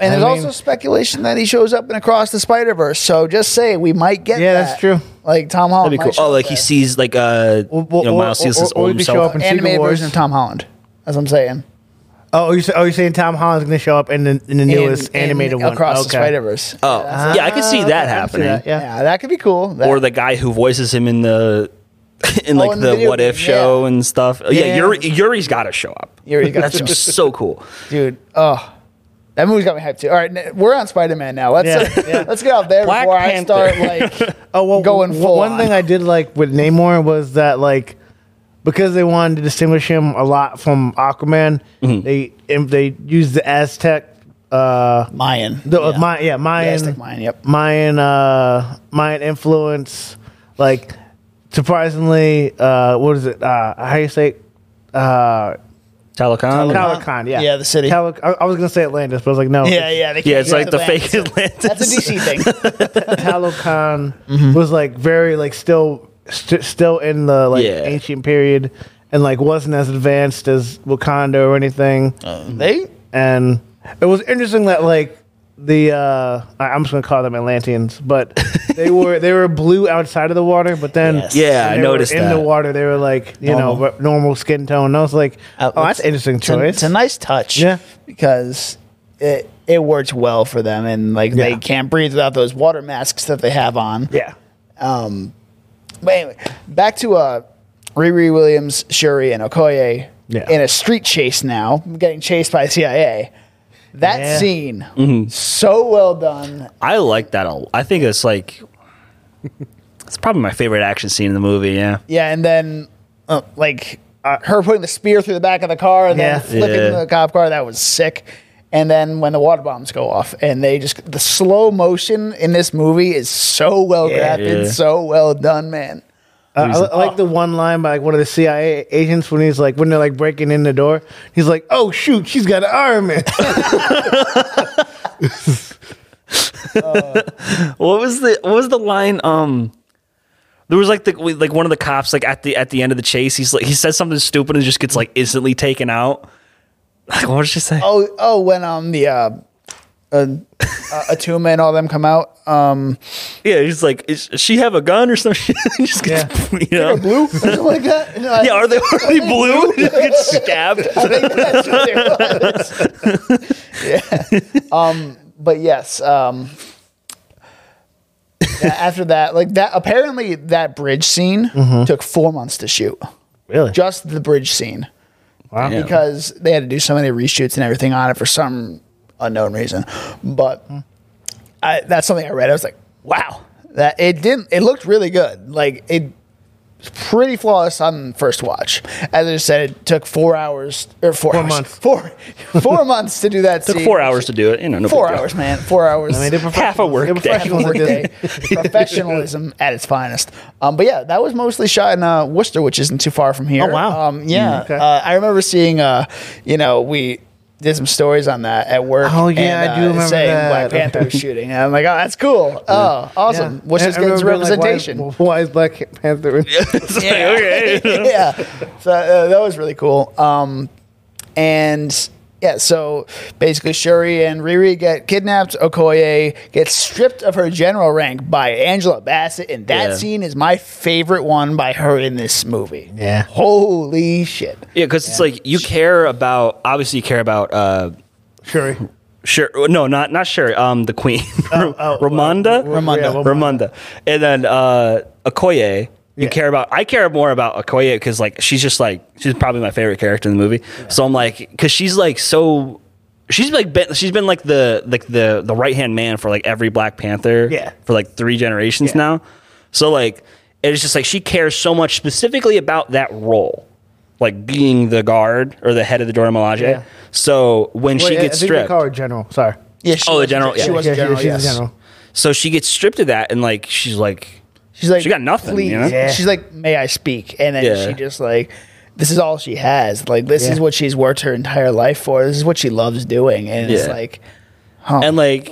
[SPEAKER 2] And
[SPEAKER 3] I
[SPEAKER 2] there's
[SPEAKER 3] mean-
[SPEAKER 2] also speculation that he shows up in Across the Spider Verse. So just say we might get.
[SPEAKER 3] Yeah,
[SPEAKER 2] that.
[SPEAKER 3] that's true.
[SPEAKER 2] Like Tom
[SPEAKER 1] that'd
[SPEAKER 2] Holland.
[SPEAKER 1] be cool
[SPEAKER 2] might show
[SPEAKER 1] oh
[SPEAKER 2] up
[SPEAKER 1] like he
[SPEAKER 2] there.
[SPEAKER 1] sees like uh
[SPEAKER 3] Or- or-
[SPEAKER 1] you know miles
[SPEAKER 3] or-
[SPEAKER 1] sees
[SPEAKER 3] or-
[SPEAKER 1] his
[SPEAKER 3] or
[SPEAKER 1] old
[SPEAKER 3] we could show
[SPEAKER 1] himself
[SPEAKER 3] up in Secret
[SPEAKER 2] animated
[SPEAKER 3] Wars.
[SPEAKER 2] version of Tom Holland. That's what I'm saying.
[SPEAKER 3] Oh, you are you saying Tom Holland's gonna show up in the in the
[SPEAKER 2] In-
[SPEAKER 3] newest
[SPEAKER 2] in
[SPEAKER 3] animated one?
[SPEAKER 2] Across the
[SPEAKER 3] Okay.
[SPEAKER 2] Spider Verse.
[SPEAKER 1] oh yeah i could see that happening
[SPEAKER 3] that,
[SPEAKER 2] yeah.
[SPEAKER 3] yeah.
[SPEAKER 2] that could be cool. That-
[SPEAKER 1] or the guy who voices him in the in
[SPEAKER 2] Oh,
[SPEAKER 1] like
[SPEAKER 2] in the
[SPEAKER 1] the,
[SPEAKER 2] video
[SPEAKER 1] what if
[SPEAKER 2] game,
[SPEAKER 1] show and stuff yeah,
[SPEAKER 2] Yeah.
[SPEAKER 1] yuri yuri's gotta show up
[SPEAKER 2] Yuri's gotta
[SPEAKER 1] that's
[SPEAKER 2] show up.
[SPEAKER 1] just so cool
[SPEAKER 2] dude. Oh, that movie's got me hyped too. All right, n- we're on Spider Man now. Let's
[SPEAKER 3] Yeah, yeah.
[SPEAKER 2] let's get out there
[SPEAKER 1] Black
[SPEAKER 2] before I
[SPEAKER 1] Panther.
[SPEAKER 2] start like
[SPEAKER 3] Oh well,
[SPEAKER 2] going
[SPEAKER 3] w-
[SPEAKER 2] full
[SPEAKER 3] One
[SPEAKER 2] on.
[SPEAKER 3] thing I did like with Namor was that like because they wanted to distinguish him a lot from Aquaman,
[SPEAKER 2] Mm-hmm.
[SPEAKER 3] they and they used the Aztec, uh,
[SPEAKER 2] Mayan.
[SPEAKER 3] the yeah. My, yeah Mayan,
[SPEAKER 2] Aztec Mayan, yep.
[SPEAKER 3] Mayan, uh, Mayan influence. Like surprisingly, uh, what is it? Uh, how you say? it? Uh,
[SPEAKER 1] Telecom.
[SPEAKER 3] Calicon, yeah,
[SPEAKER 2] Yeah, the city.
[SPEAKER 3] Calic- I, I was gonna say Atlantis, but I was like, no,
[SPEAKER 2] yeah, yeah. They
[SPEAKER 1] Yeah,
[SPEAKER 2] can't
[SPEAKER 1] it's
[SPEAKER 2] do
[SPEAKER 1] like the
[SPEAKER 2] that.
[SPEAKER 1] fake Atlantis.
[SPEAKER 2] That's a DC thing.
[SPEAKER 3] Talokan was like very like still st- still in the like
[SPEAKER 1] Yeah.
[SPEAKER 3] ancient period and like wasn't as
[SPEAKER 2] Oh.
[SPEAKER 3] advanced as Wakanda or anything.
[SPEAKER 2] they
[SPEAKER 3] And it was interesting that like the uh, I- I'm just gonna call them Atlanteans, but they were they were blue outside of the water, but then
[SPEAKER 4] Yes.
[SPEAKER 1] Yeah,
[SPEAKER 3] when
[SPEAKER 1] I
[SPEAKER 3] they were
[SPEAKER 1] noticed
[SPEAKER 3] in the
[SPEAKER 1] that.
[SPEAKER 3] water they were like you know
[SPEAKER 4] Normal.
[SPEAKER 3] r- normal skin tone. And I was like,
[SPEAKER 4] Uh,
[SPEAKER 3] oh, that's
[SPEAKER 2] it's-
[SPEAKER 3] an interesting
[SPEAKER 2] it's a-
[SPEAKER 3] choice.
[SPEAKER 2] It's a nice touch.
[SPEAKER 3] Yeah.
[SPEAKER 2] Because it it works well for them and like they
[SPEAKER 3] Yeah.
[SPEAKER 2] can't breathe without those water masks that they have on.
[SPEAKER 3] yeah,
[SPEAKER 2] But anyway, back to uh Riri Williams, Shuri, and Okoye
[SPEAKER 3] Yeah.
[SPEAKER 2] in a street chase now, getting chased by the CIA. That
[SPEAKER 3] Yeah. Mm-hmm.
[SPEAKER 2] scene so well done.
[SPEAKER 1] I like that. A, I think it's like it's probably my favorite action scene in the movie. Yeah,
[SPEAKER 2] Yeah, and then uh, like uh, her putting the spear through the back of the car and
[SPEAKER 3] Yeah.
[SPEAKER 2] then flipping
[SPEAKER 1] Yeah.
[SPEAKER 2] the cop car. That was sick. And then when the water bombs go off, and they just the slow motion in this movie is so well
[SPEAKER 3] Yeah.
[SPEAKER 2] crafted,
[SPEAKER 1] Yeah.
[SPEAKER 2] so well done, man.
[SPEAKER 3] Uh, I, I like the one line by like one of the CIA agents when he's like when they're like breaking in the door, he's like, "Oh shoot, she's got an arm." in."
[SPEAKER 1] What was the what was the line? Um, there was like the we- like one of the cops like at the at the end of the chase. He's like he says something stupid and just gets like instantly taken out. Like what did she say?
[SPEAKER 2] Oh, oh, when um the uh, uh, uh Atuma and all them come out, um,
[SPEAKER 1] Yeah, he's like, is she have a gun or something? He just gets, you know.
[SPEAKER 2] blue, something like that. No, I-
[SPEAKER 1] Yeah, are they already blue? He gets stabbed.
[SPEAKER 2] That's what it was. yeah. Um, but yes. Um, a- after that, like that, apparently that bridge scene took four months to shoot.
[SPEAKER 3] really?
[SPEAKER 2] Just the bridge scene
[SPEAKER 3] Wow.
[SPEAKER 1] Yeah.
[SPEAKER 2] because they had to do so many reshoots and everything on it for some unknown reason. But I, that's something I read. I was like, wow, that it didn't. It looked really good. Like it was pretty flawless on first watch. As I said, it took four hours or four, hours,
[SPEAKER 3] months.
[SPEAKER 2] four four months to do that.
[SPEAKER 1] Took
[SPEAKER 2] scene.
[SPEAKER 1] four hours to do it. You know, no big
[SPEAKER 2] Four
[SPEAKER 1] deal.
[SPEAKER 2] hours, man. Four hours.
[SPEAKER 3] I mean, they're
[SPEAKER 1] Half a work
[SPEAKER 3] They're
[SPEAKER 1] day.
[SPEAKER 3] professionals at
[SPEAKER 2] Workday.
[SPEAKER 3] this.
[SPEAKER 2] professionalism at its finest. Um, but yeah, that was mostly shot in uh, Worcester, which isn't too far from here.
[SPEAKER 3] Oh, wow.
[SPEAKER 2] Um, yeah,
[SPEAKER 3] Mm, okay.
[SPEAKER 2] uh, I remember seeing. Uh, you know, we did some stories on that at work.
[SPEAKER 3] Oh, yeah,
[SPEAKER 2] and, uh,
[SPEAKER 3] I do remember
[SPEAKER 2] saying
[SPEAKER 3] that.
[SPEAKER 2] Black Panther was shooting. And I'm like, oh, that's cool. Oh, awesome.
[SPEAKER 3] Yeah.
[SPEAKER 2] Worcester's
[SPEAKER 3] I
[SPEAKER 2] getting its
[SPEAKER 3] remember being like, why-
[SPEAKER 2] representation.
[SPEAKER 3] why, is Black Panther? in-
[SPEAKER 1] It's like, okay.
[SPEAKER 2] yeah. So uh, that was really cool. Um, and yeah, so basically Shuri and Riri get kidnapped. Okoye gets stripped of her general rank by Angela Bassett, and that
[SPEAKER 1] Yeah.
[SPEAKER 2] scene is my favorite one by her in this movie.
[SPEAKER 3] Yeah.
[SPEAKER 2] Holy shit.
[SPEAKER 1] Yeah, because it's like you care about obviously you care about uh
[SPEAKER 3] Sure.
[SPEAKER 1] sure oh, no not not sure um the queen
[SPEAKER 3] oh,
[SPEAKER 1] Ramonda
[SPEAKER 3] well, Ramonda. yeah,
[SPEAKER 1] Ramonda and then uh Okoye you care about I care more about Okoye because like she's just like she's probably my favorite character in the movie so I'm like because she's like so she's like been she's been like the like the the right hand man for like every Black Panther
[SPEAKER 3] Yeah.
[SPEAKER 1] for like three generations now so like it's just like she cares so much specifically about that role. Like being the guard or the head of the Dora Milaje.
[SPEAKER 3] Yeah.
[SPEAKER 1] So when she
[SPEAKER 3] Wait, I-
[SPEAKER 1] gets
[SPEAKER 3] I think
[SPEAKER 1] stripped,
[SPEAKER 3] They call her general. Sorry.
[SPEAKER 2] Yeah, she
[SPEAKER 1] Oh, the
[SPEAKER 2] was-
[SPEAKER 1] general-
[SPEAKER 2] She
[SPEAKER 1] yeah.
[SPEAKER 2] was
[SPEAKER 3] Yeah,
[SPEAKER 2] a
[SPEAKER 3] she-
[SPEAKER 2] general.
[SPEAKER 3] she's a
[SPEAKER 2] yes.
[SPEAKER 3] general.
[SPEAKER 1] So she gets stripped of that, and like she's like,
[SPEAKER 2] She's like,
[SPEAKER 1] She got nothing,
[SPEAKER 2] Please.
[SPEAKER 1] you know?
[SPEAKER 3] Yeah.
[SPEAKER 2] She's like, may I speak? And then
[SPEAKER 1] Yeah.
[SPEAKER 2] she just like, this is all she has. Like, this
[SPEAKER 3] Yeah.
[SPEAKER 2] is what she's worked her entire life for. This is what she loves doing. And it's
[SPEAKER 1] Yeah.
[SPEAKER 2] like,
[SPEAKER 1] and like,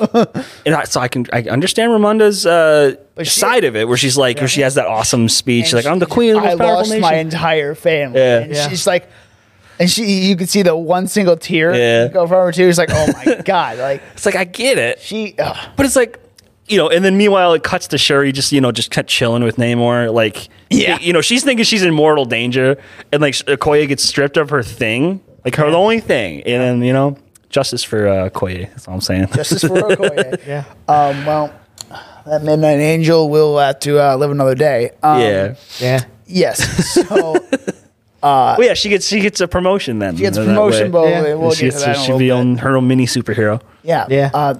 [SPEAKER 1] and I, so I can I understand Ramonda's uh,
[SPEAKER 2] she-
[SPEAKER 1] side of it, where she's like, where she has that awesome speech,
[SPEAKER 2] and
[SPEAKER 1] like I'm the queen of the
[SPEAKER 2] I
[SPEAKER 1] most powerful
[SPEAKER 2] lost
[SPEAKER 1] nation.
[SPEAKER 2] my entire family.
[SPEAKER 1] Yeah.
[SPEAKER 2] And
[SPEAKER 3] Yeah.
[SPEAKER 2] she's like, and she, you could see the one single tear
[SPEAKER 1] Yeah.
[SPEAKER 2] go from her too. It's like, oh my god, like
[SPEAKER 1] it's like I get it,
[SPEAKER 2] she, ugh.
[SPEAKER 1] but it's like, you know. And then meanwhile, it cuts to Shuri just you know just kind of chilling with Namor, like
[SPEAKER 2] Yeah.
[SPEAKER 1] you know she's thinking she's in mortal danger, and like Okoye gets stripped of her thing, like her only thing, and then you know justice for uh, Okoye. That's all I'm saying.
[SPEAKER 2] this is for Okoye.
[SPEAKER 3] Yeah.
[SPEAKER 2] Um, well, that midnight angel will have to uh, live another day. Um,
[SPEAKER 1] yeah.
[SPEAKER 3] Yeah.
[SPEAKER 2] Yes. So
[SPEAKER 1] Well, Oh, yeah, she gets she gets a promotion then.
[SPEAKER 2] she gets
[SPEAKER 1] that
[SPEAKER 2] promotion,
[SPEAKER 1] way.
[SPEAKER 2] but
[SPEAKER 3] Yeah.
[SPEAKER 2] we'll
[SPEAKER 1] she
[SPEAKER 2] get to that. in a
[SPEAKER 1] should
[SPEAKER 2] little
[SPEAKER 1] be
[SPEAKER 2] bit.
[SPEAKER 1] on her own mini superhero.
[SPEAKER 2] Yeah.
[SPEAKER 3] Yeah.
[SPEAKER 2] Uh,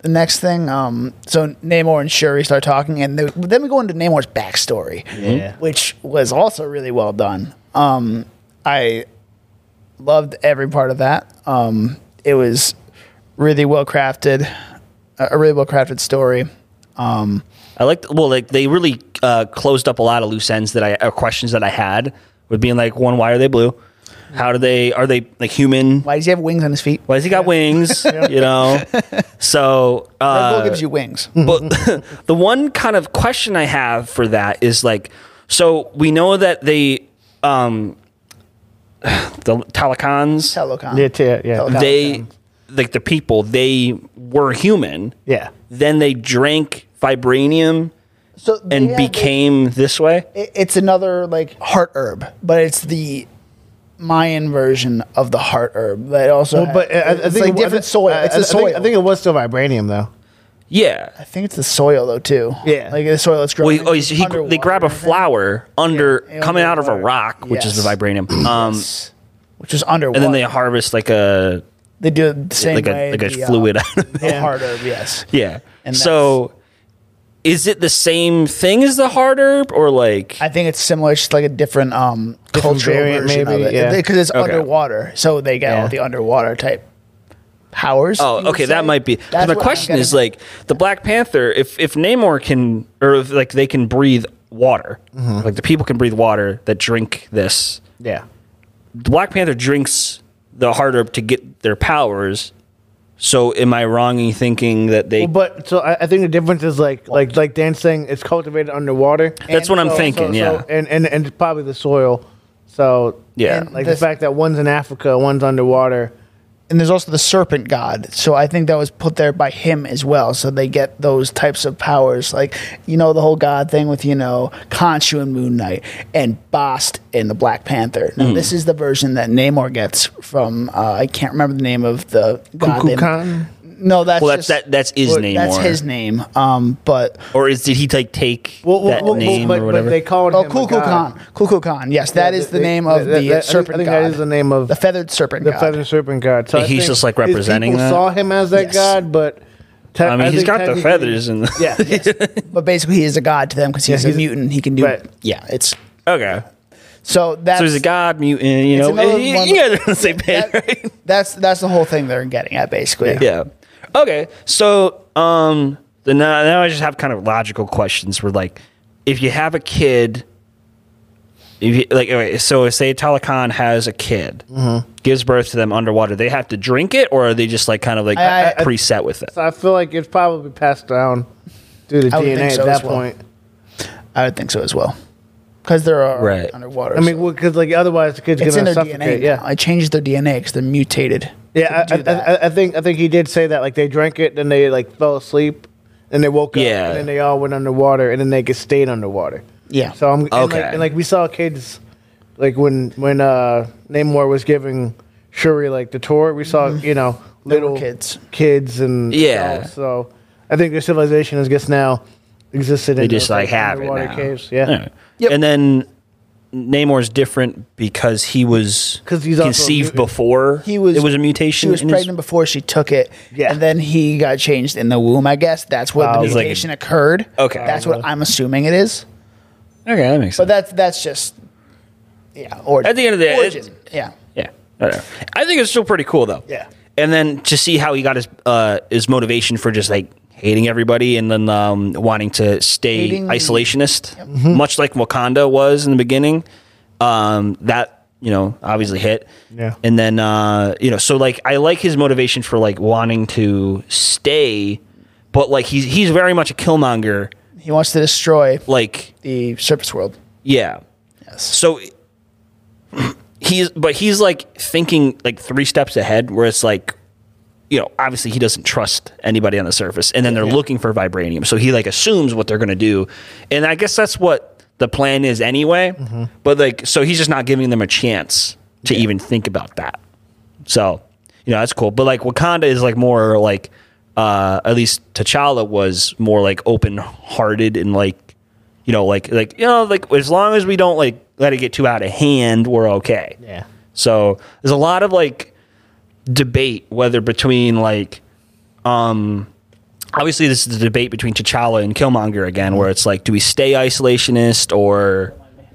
[SPEAKER 2] the next thing, um, so Namor and Shuri start talking, and they, then we go into Namor's backstory,
[SPEAKER 3] Yeah.
[SPEAKER 2] which was also really well done. Um, I loved every part of that. Um, it was really well crafted, a a really well crafted story. Um,
[SPEAKER 1] I liked well, like they really uh, closed up a lot of loose ends that I or questions that I had with being like one, why are they blue? How do they are they like human?
[SPEAKER 2] why does he have wings on his feet?
[SPEAKER 1] Why has he got wings? You know, so
[SPEAKER 2] Red Bull
[SPEAKER 1] uh,
[SPEAKER 2] gives you wings.
[SPEAKER 3] mm.
[SPEAKER 1] but the one kind of question I have for that is like, so we know that they, um, the Talakans,
[SPEAKER 2] Telecom.
[SPEAKER 3] Yeah. Yeah.
[SPEAKER 2] Telecom.
[SPEAKER 1] they like the people, they were human.
[SPEAKER 3] Yeah.
[SPEAKER 1] Then they drank vibranium
[SPEAKER 2] So
[SPEAKER 1] and
[SPEAKER 2] yeah,
[SPEAKER 1] became this way.
[SPEAKER 2] it- it's another like heart herb, but it's the Mayan version of the heart herb. That also,
[SPEAKER 3] Well, but uh,
[SPEAKER 2] ha-
[SPEAKER 3] I, I
[SPEAKER 2] it's
[SPEAKER 3] think
[SPEAKER 2] like different soil.
[SPEAKER 3] I,
[SPEAKER 2] it's
[SPEAKER 3] uh, I,
[SPEAKER 2] the soil.
[SPEAKER 3] I think, I think it was still vibranium though.
[SPEAKER 1] Yeah.
[SPEAKER 2] it's the soil though too.
[SPEAKER 3] Yeah.
[SPEAKER 2] like the soil that's
[SPEAKER 1] Well,
[SPEAKER 2] growing.
[SPEAKER 1] he- oh, he's- he-
[SPEAKER 2] underwater
[SPEAKER 1] they grab a
[SPEAKER 2] and everything.
[SPEAKER 1] flower under
[SPEAKER 2] Yeah,
[SPEAKER 1] coming out of a
[SPEAKER 2] underwater.
[SPEAKER 1] rock, which is the
[SPEAKER 2] Yes.
[SPEAKER 1] vibranium. Um,
[SPEAKER 2] Yes. which is underwater.
[SPEAKER 1] and then they harvest like a
[SPEAKER 2] they do it the same
[SPEAKER 1] like
[SPEAKER 2] way
[SPEAKER 1] a like a
[SPEAKER 2] the, uh,
[SPEAKER 1] fluid. out of it.
[SPEAKER 2] the heart herb, yes.
[SPEAKER 1] yeah.
[SPEAKER 2] And
[SPEAKER 1] so, is it the same thing as the hard herb, or like
[SPEAKER 2] I think it's similar. It's just like a different um, cultural
[SPEAKER 3] variant,
[SPEAKER 2] version
[SPEAKER 3] maybe,
[SPEAKER 2] of it
[SPEAKER 3] yeah.
[SPEAKER 2] because it's
[SPEAKER 1] Okay.
[SPEAKER 2] underwater, so they get
[SPEAKER 3] Yeah.
[SPEAKER 2] all the underwater type powers. you would
[SPEAKER 1] Oh, okay, that
[SPEAKER 2] say.
[SPEAKER 1] might be. 'cause
[SPEAKER 2] That's
[SPEAKER 1] My
[SPEAKER 2] what I'm
[SPEAKER 1] question is
[SPEAKER 2] getting
[SPEAKER 1] like the Black Panther. If if Namor can, or if, like they can breathe water,
[SPEAKER 3] Mm-hmm.
[SPEAKER 1] like the people can breathe water that drink this.
[SPEAKER 3] Yeah.
[SPEAKER 1] The Black Panther drinks the hard herb to get their powers. So am I wrong in thinking that they?
[SPEAKER 3] Well, but so I, I think the difference is like like like Dan's saying it's cultivated underwater.
[SPEAKER 1] That's what I'm
[SPEAKER 3] so-
[SPEAKER 1] thinking,
[SPEAKER 3] so-
[SPEAKER 1] yeah.
[SPEAKER 3] so- and and and it's probably the soil. So
[SPEAKER 1] Yeah.
[SPEAKER 3] like
[SPEAKER 2] This-
[SPEAKER 3] the fact that one's in Africa, one's underwater.
[SPEAKER 2] and there's also the serpent god. So I think that was put there by him as well. So they get those types of powers, like you know the whole god thing with you know Khonshu and Moon Knight and Bast and the Black Panther.
[SPEAKER 1] Hmm.
[SPEAKER 2] Now this is the version that Namor gets from uh, I can't remember the name of the god.
[SPEAKER 3] Cuckoo
[SPEAKER 2] they-
[SPEAKER 3] Khan?
[SPEAKER 2] No, that's
[SPEAKER 1] Well, that's-
[SPEAKER 2] just,
[SPEAKER 1] that- that's his name,
[SPEAKER 2] That's
[SPEAKER 1] or-
[SPEAKER 2] his name. Um, but
[SPEAKER 1] or is did he like take
[SPEAKER 3] Well, well,
[SPEAKER 1] that
[SPEAKER 3] well, well,
[SPEAKER 1] name
[SPEAKER 3] but,
[SPEAKER 1] or
[SPEAKER 3] but
[SPEAKER 1] whatever?
[SPEAKER 3] they called
[SPEAKER 2] oh,
[SPEAKER 3] him a
[SPEAKER 2] Kuku
[SPEAKER 3] god.
[SPEAKER 2] Khan, Kuku Khan. Yes, that
[SPEAKER 3] Yeah,
[SPEAKER 2] is
[SPEAKER 3] they-
[SPEAKER 2] the name
[SPEAKER 3] they-
[SPEAKER 2] of
[SPEAKER 3] that-
[SPEAKER 2] the uh,
[SPEAKER 3] that- I think-
[SPEAKER 2] serpent
[SPEAKER 3] I think
[SPEAKER 2] god.
[SPEAKER 3] that is the name of
[SPEAKER 2] the feathered serpent
[SPEAKER 3] the
[SPEAKER 2] god.
[SPEAKER 3] feathered serpent god. So I
[SPEAKER 1] He's
[SPEAKER 3] think
[SPEAKER 1] just, like,
[SPEAKER 3] his
[SPEAKER 1] representing
[SPEAKER 3] people
[SPEAKER 1] that.
[SPEAKER 3] Saw him as that
[SPEAKER 2] Yes.
[SPEAKER 3] god, but te-
[SPEAKER 1] I mean,
[SPEAKER 3] I
[SPEAKER 1] he's
[SPEAKER 3] think
[SPEAKER 1] got the
[SPEAKER 3] technically-
[SPEAKER 1] feathers and
[SPEAKER 3] Yeah, yes.
[SPEAKER 2] but basically, he is a god to them because he's
[SPEAKER 3] Yeah, he's
[SPEAKER 2] a
[SPEAKER 3] a-
[SPEAKER 2] mutant. He can do.
[SPEAKER 3] Right.
[SPEAKER 2] Yeah, it's
[SPEAKER 1] okay.
[SPEAKER 2] so that's
[SPEAKER 1] So he's a god mutant. You know,
[SPEAKER 2] another
[SPEAKER 1] you,
[SPEAKER 2] one-
[SPEAKER 1] you guys are on the same page,
[SPEAKER 2] that-
[SPEAKER 1] right?
[SPEAKER 2] That's that's the whole thing they're getting at, basically.
[SPEAKER 1] yeah. Okay. So um the now, now I just have kind of logical questions where like if you have a kid if you, like okay, so say Telecon has a kid gives birth to them underwater they have to drink it or are they just like kind of like
[SPEAKER 2] I- I-
[SPEAKER 1] preset with it
[SPEAKER 3] So I feel like it's probably passed down through the
[SPEAKER 2] I would
[SPEAKER 3] DNA
[SPEAKER 2] think so
[SPEAKER 3] at
[SPEAKER 2] as
[SPEAKER 3] that
[SPEAKER 2] well.
[SPEAKER 3] point.
[SPEAKER 2] I would think so as well, because they're uh,
[SPEAKER 1] Right.
[SPEAKER 2] underwater.
[SPEAKER 3] I mean,
[SPEAKER 2] so-
[SPEAKER 3] because like otherwise the kid's
[SPEAKER 2] it's in
[SPEAKER 3] gonna
[SPEAKER 2] their
[SPEAKER 3] suffocate.
[SPEAKER 2] DNA.
[SPEAKER 3] yeah,
[SPEAKER 2] Yeah, I changed their DNA because they're mutated.
[SPEAKER 3] Yeah,
[SPEAKER 2] to
[SPEAKER 3] I,
[SPEAKER 2] do
[SPEAKER 3] I,
[SPEAKER 2] that.
[SPEAKER 3] I, I think I think he did say that. Like they drank it, then they like fell asleep, and they woke
[SPEAKER 1] Yeah.
[SPEAKER 3] up, and then they all went underwater, and then they just stayed underwater.
[SPEAKER 2] yeah.
[SPEAKER 3] So I'm and,
[SPEAKER 1] Okay.
[SPEAKER 3] Like, and like we saw kids, like when when uh Namor was giving Shuri like the tour, we saw you know
[SPEAKER 2] There were
[SPEAKER 3] little
[SPEAKER 2] kids.
[SPEAKER 3] kids and
[SPEAKER 1] Mm-hmm. Yeah.
[SPEAKER 3] so I think their civilization is just now existed.
[SPEAKER 1] they
[SPEAKER 3] in
[SPEAKER 1] just
[SPEAKER 3] those,
[SPEAKER 1] like have it
[SPEAKER 3] underwater
[SPEAKER 1] now.
[SPEAKER 3] caves. Yeah,
[SPEAKER 1] Alright. and then Namor's different because he was
[SPEAKER 3] 'Cause he's also a
[SPEAKER 1] conceived
[SPEAKER 3] mutant.
[SPEAKER 1] before
[SPEAKER 2] He was.
[SPEAKER 1] it was a mutation
[SPEAKER 2] She was
[SPEAKER 1] in his-
[SPEAKER 2] pregnant before she took it.
[SPEAKER 3] Yeah.
[SPEAKER 2] And then he got changed in the womb. I guess that's where
[SPEAKER 3] Wow.
[SPEAKER 2] the
[SPEAKER 1] He's like-
[SPEAKER 2] mutation occurred.
[SPEAKER 1] Okay.
[SPEAKER 2] That's what I'm assuming it is.
[SPEAKER 1] okay that makes
[SPEAKER 2] But
[SPEAKER 1] sense
[SPEAKER 2] that's that's just. Yeah. Or
[SPEAKER 1] At the end of the day,
[SPEAKER 2] origin.
[SPEAKER 1] it's-
[SPEAKER 2] yeah.
[SPEAKER 1] Yeah, I, don't know. I think it's still pretty cool though.
[SPEAKER 3] Yeah.
[SPEAKER 1] And then to see how he got his uh, his motivation for just like hating everybody and then um, wanting to stay
[SPEAKER 2] Hating-
[SPEAKER 1] isolationist, much like Wakanda was in the beginning. Um, that you know obviously hit.
[SPEAKER 3] Yeah.
[SPEAKER 1] And then uh, you know so like I like his motivation for like wanting to stay, but like he's he's very much a Killmonger.
[SPEAKER 2] He wants to destroy
[SPEAKER 1] Like
[SPEAKER 2] the surface world.
[SPEAKER 1] yeah.
[SPEAKER 2] Yes.
[SPEAKER 1] So he's but he's like thinking like three steps ahead where it's like you know, obviously he doesn't trust anybody on the surface and then they're looking for vibranium. So he like assumes what they're going to do. And I guess that's what the plan is anyway. But like so he's just not giving them a chance to even think about that. So, you know, that's cool. But like Wakanda is like more like uh at least T'Challa was more like open hearted and like you know, like like you know, like as long as we don't like let it get too out of hand, we're okay.
[SPEAKER 3] yeah,
[SPEAKER 1] So there's a lot of like debate whether between like um obviously this is the debate between T'Challa and Killmonger again where it's like do we stay isolationist or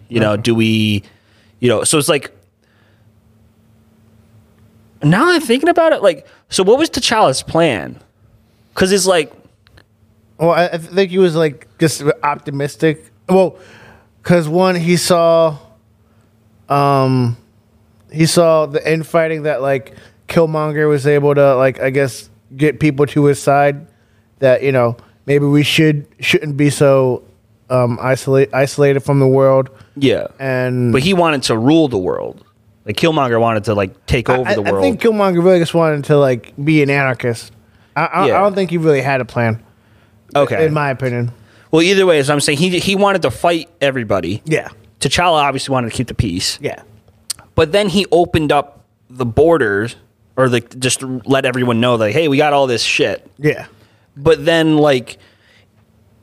[SPEAKER 1] you know do we you know so it's like now that I'm thinking about it like so what was T'Challa's plan cuz it's like
[SPEAKER 3] Well, I, I think he was like just optimistic. Well, because one, he saw, um, he saw the infighting that like Killmonger was able to like I guess get people to his side. That you know maybe we should shouldn't be so um, isolate isolated from the world
[SPEAKER 1] yeah
[SPEAKER 3] and
[SPEAKER 1] but he wanted to rule the world Like Killmonger wanted to like take over
[SPEAKER 3] I,
[SPEAKER 1] the
[SPEAKER 3] I
[SPEAKER 1] world.
[SPEAKER 3] think Killmonger really just wanted to like be an anarchist. I, I,
[SPEAKER 1] Yeah.
[SPEAKER 3] I don't think he really had a plan,
[SPEAKER 1] okay.
[SPEAKER 3] in my opinion.
[SPEAKER 1] well, either way, as I'm saying, he he wanted to fight everybody.
[SPEAKER 3] Yeah,
[SPEAKER 1] T'Challa obviously wanted to keep the peace.
[SPEAKER 3] yeah,
[SPEAKER 1] But then he opened up the borders or like just let everyone know like, hey, we got all this shit.
[SPEAKER 3] yeah.
[SPEAKER 1] But then like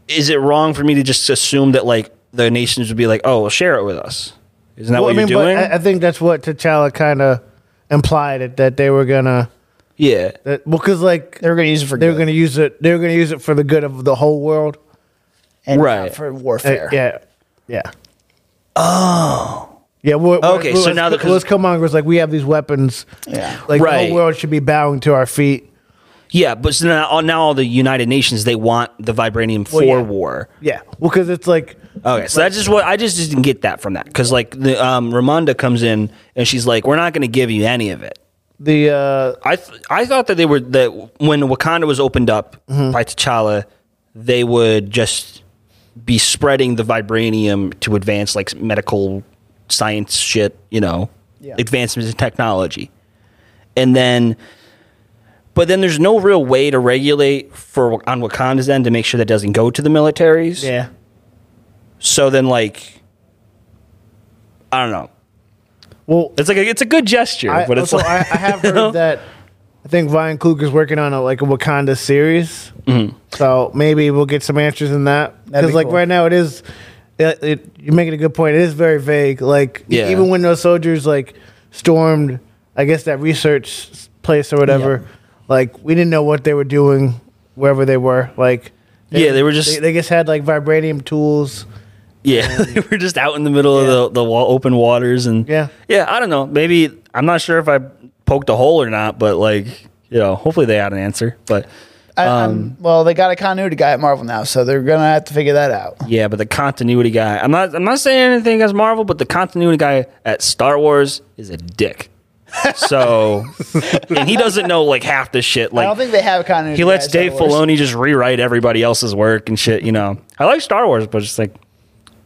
[SPEAKER 1] is it wrong for me to just assume that like the nations would be like, "Oh, well, share it with us." Isn't that
[SPEAKER 3] Well,
[SPEAKER 1] what
[SPEAKER 3] I mean,
[SPEAKER 1] you're doing?
[SPEAKER 3] but I, I think that's what T'Challa kind of implied it, that they were gonna.
[SPEAKER 1] yeah.
[SPEAKER 3] That, well, because like
[SPEAKER 2] They were going to use it for
[SPEAKER 3] they were
[SPEAKER 2] good
[SPEAKER 3] gonna use it, they were gonna use it for the good of the whole world.
[SPEAKER 2] and
[SPEAKER 1] Right.
[SPEAKER 2] not for
[SPEAKER 3] Uh,
[SPEAKER 2] warfare.
[SPEAKER 3] yeah, yeah. Oh. Yeah. Well, well,
[SPEAKER 1] Oh. Okay,
[SPEAKER 3] well,
[SPEAKER 1] so now that-
[SPEAKER 3] well, it's Killmonger was like, we have these weapons.
[SPEAKER 2] Yeah.
[SPEAKER 3] Like the
[SPEAKER 1] Right.
[SPEAKER 3] whole world should be bowing to our feet.
[SPEAKER 1] Yeah, but so now, oh, now all the United Nations they want the vibranium for
[SPEAKER 3] yeah.
[SPEAKER 1] war.
[SPEAKER 3] Yeah. Well, because it's like
[SPEAKER 1] Okay, so that's just what I just didn't get that from that because like the um, Ramonda comes in and she's like, "We're not going to give you any of it."
[SPEAKER 3] the uh,
[SPEAKER 1] I th- I thought that they were that when Wakanda was opened up
[SPEAKER 3] Mm-hmm.
[SPEAKER 1] by T'Challa, they would just be spreading the vibranium to advance like medical science shit, you know,
[SPEAKER 2] Yeah.
[SPEAKER 1] advancements in technology, and then. But then there's no real way to regulate for on Wakanda's end to make sure that doesn't go to the militaries.
[SPEAKER 3] yeah.
[SPEAKER 1] So then, like, I don't know.
[SPEAKER 3] Well,
[SPEAKER 1] It's like a, it's a good gesture,
[SPEAKER 3] I,
[SPEAKER 1] but it's
[SPEAKER 3] also,
[SPEAKER 1] like
[SPEAKER 3] I, I have heard that I think Ryan Kluger is working on a, like a Wakanda series,
[SPEAKER 1] Mm-hmm.
[SPEAKER 3] so maybe we'll get some answers in that.
[SPEAKER 2] That'd
[SPEAKER 3] Because
[SPEAKER 2] be
[SPEAKER 3] like
[SPEAKER 2] cool.
[SPEAKER 3] right now, it is it, it, you're making a good point. It is very vague. Like e-
[SPEAKER 1] Yeah.
[SPEAKER 3] even when those soldiers like stormed, I guess that research s- place or whatever, like we didn't know what they were doing wherever they were. Like
[SPEAKER 1] Yeah, they were just-
[SPEAKER 3] they, they just had like vibranium tools.
[SPEAKER 1] yeah, they were just out in the middle
[SPEAKER 3] Yeah.
[SPEAKER 1] of the the wa- open waters and
[SPEAKER 3] Yeah.
[SPEAKER 1] yeah. I don't know. Maybe I'm not sure if I poked a hole or not, but like you know, hopefully they had an answer. But
[SPEAKER 2] I, um, well, they got a continuity guy at Marvel now, so they're going to have to figure that out.
[SPEAKER 1] yeah, but the continuity guy. I'm not. I'm not saying anything against Marvel, but the continuity guy at Star Wars is a dick. So, and he doesn't know like half the shit. Like
[SPEAKER 2] I don't think they have a continuity.
[SPEAKER 1] he lets
[SPEAKER 2] guy at
[SPEAKER 1] Dave
[SPEAKER 2] Star Wars.
[SPEAKER 1] Filoni just rewrite everybody else's work and shit. You know, I like Star Wars, but just like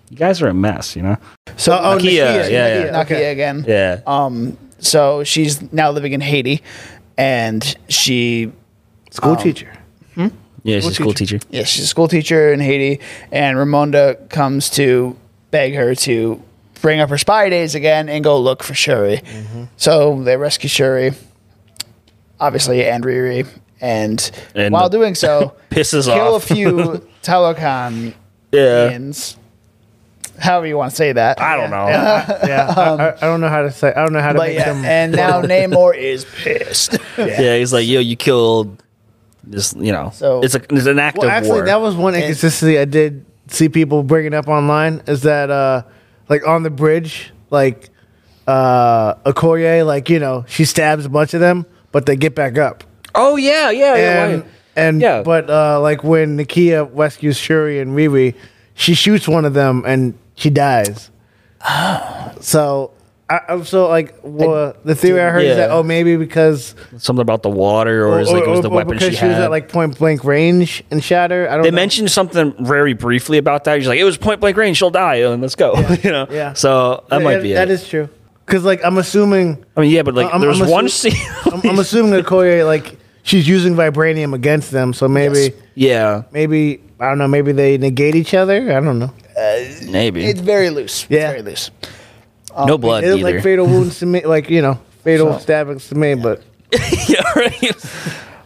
[SPEAKER 1] you guys are a mess. You know,
[SPEAKER 3] So oh,
[SPEAKER 1] Nakia, yeah, yeah.
[SPEAKER 2] Nakia
[SPEAKER 3] okay.
[SPEAKER 2] again.
[SPEAKER 1] yeah,
[SPEAKER 2] Um, so she's now living in Haiti, and she,
[SPEAKER 3] school teacher.
[SPEAKER 1] yeah. She's a school teacher.
[SPEAKER 2] yeah, she's a school teacher in Haiti, and Ramonda comes to beg her to bring up her spy days again and go look for Shuri. So they rescue Shuri, obviously, and Riri, and,
[SPEAKER 1] And
[SPEAKER 2] while
[SPEAKER 1] the-
[SPEAKER 2] doing so,
[SPEAKER 1] Pisses
[SPEAKER 2] kill
[SPEAKER 1] off.
[SPEAKER 2] a few telecom
[SPEAKER 1] Yeah.
[SPEAKER 2] However you want to say that.
[SPEAKER 1] I don't know.
[SPEAKER 3] Yeah, I, I, I don't know how to say. I don't know how to
[SPEAKER 2] Um, But
[SPEAKER 3] make
[SPEAKER 2] yeah,
[SPEAKER 3] them.
[SPEAKER 2] and now Namor is pissed.
[SPEAKER 1] Yeah, he's like, yo, you killed this. You know,
[SPEAKER 2] So-
[SPEAKER 1] it's a it's an act
[SPEAKER 3] well,
[SPEAKER 1] of
[SPEAKER 3] actually,
[SPEAKER 1] war.
[SPEAKER 3] that was one inconsistency I did see people bringing up online is that, uh, like on the bridge, like uh, Okoye, like you know, she stabs a bunch of them, but they get back up.
[SPEAKER 1] oh yeah, yeah, yeah.
[SPEAKER 3] And
[SPEAKER 1] why-
[SPEAKER 3] and
[SPEAKER 1] Yeah.
[SPEAKER 3] but uh, like when Nakia rescues Shuri and Riri, she shoots one of them and she dies. So. I, I'm so like wha- the theory I heard is that
[SPEAKER 1] Yeah.
[SPEAKER 3] oh maybe because
[SPEAKER 1] Something about the water, or, it's like it was the weapon she
[SPEAKER 3] because
[SPEAKER 1] had.
[SPEAKER 3] she, was at like point blank range and shatter. I don't.
[SPEAKER 1] they
[SPEAKER 3] know.
[SPEAKER 1] mentioned something very briefly about that. She's like, it was point blank range. She'll die, and let's go. you know.
[SPEAKER 3] yeah.
[SPEAKER 1] So that might be
[SPEAKER 3] That
[SPEAKER 1] it.
[SPEAKER 3] is true. Because like I'm assuming,
[SPEAKER 1] I mean, yeah, but like,
[SPEAKER 3] I'm-
[SPEAKER 1] there was
[SPEAKER 3] I'm
[SPEAKER 1] one
[SPEAKER 3] assu-
[SPEAKER 1] scene.
[SPEAKER 3] I'm, I'm assuming Okoye like she's using vibranium against them. So maybe,
[SPEAKER 2] Yes.
[SPEAKER 1] yeah,
[SPEAKER 3] maybe I don't know. Maybe they negate each other. I don't know.
[SPEAKER 1] maybe
[SPEAKER 2] Uh, It's very loose.
[SPEAKER 3] Yeah.
[SPEAKER 2] It's very loose.
[SPEAKER 1] no blood
[SPEAKER 3] It is
[SPEAKER 1] either.
[SPEAKER 3] like fatal wounds to me. Like you know, fatal
[SPEAKER 2] So-
[SPEAKER 3] stabbings to me. But
[SPEAKER 1] yeah, right.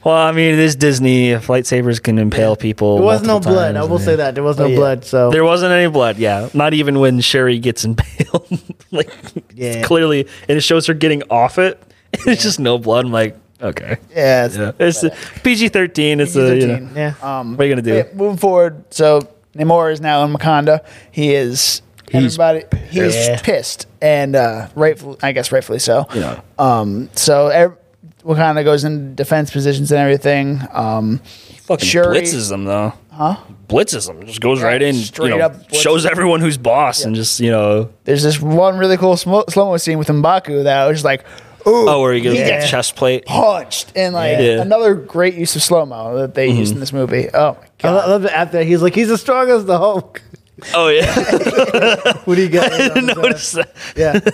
[SPEAKER 1] Well, I mean, this Disney if lightsabers can impale people.
[SPEAKER 3] there was no
[SPEAKER 1] multiple
[SPEAKER 3] blood. I
[SPEAKER 1] times,
[SPEAKER 3] will
[SPEAKER 1] and-
[SPEAKER 3] say that there was no
[SPEAKER 1] yeah.
[SPEAKER 3] blood. So
[SPEAKER 1] There wasn't any blood, yeah. Not even when Sherry gets impaled. like,
[SPEAKER 3] Yeah.
[SPEAKER 1] it's clearly, and it shows her getting off it. And It's just no blood. I'm like, okay.
[SPEAKER 2] Yeah. It's,
[SPEAKER 1] Yeah. It's PG 13. It's a, you know,
[SPEAKER 2] PG-13.
[SPEAKER 3] yeah,
[SPEAKER 2] Um,
[SPEAKER 1] what are you going to do?
[SPEAKER 2] yeah, moving forward, so Namor is now in Wakanda. He is
[SPEAKER 1] He's
[SPEAKER 2] everybody. He's
[SPEAKER 3] pissed.
[SPEAKER 2] pissed, and uh, rightful, I guess, rightfully so.
[SPEAKER 1] You know.
[SPEAKER 2] Um, so ev- Wakanda goes into defense positions and everything. Um,
[SPEAKER 1] Fucking
[SPEAKER 2] Shuri-
[SPEAKER 1] blitzes them, though. Huh? Blitzes them. Just goes right in,
[SPEAKER 2] straight
[SPEAKER 1] you know,
[SPEAKER 2] up blitzes.
[SPEAKER 1] shows everyone who's boss and just, you know,
[SPEAKER 2] there's this one really cool slow mo scene with Mbaku that I was just like, ooh,
[SPEAKER 1] oh, where he gets
[SPEAKER 2] he
[SPEAKER 1] that
[SPEAKER 2] gets
[SPEAKER 1] chest plate.
[SPEAKER 2] punched, and like
[SPEAKER 1] Yeah. Mm-hmm.
[SPEAKER 2] another great use of slow mo that they used in this movie. Oh my
[SPEAKER 3] I
[SPEAKER 2] god.
[SPEAKER 3] lo- I love it. After he's like, he's as strong as the Hulk.
[SPEAKER 1] Oh yeah,
[SPEAKER 3] What do you get?
[SPEAKER 1] I didn't notice that.
[SPEAKER 3] Yeah,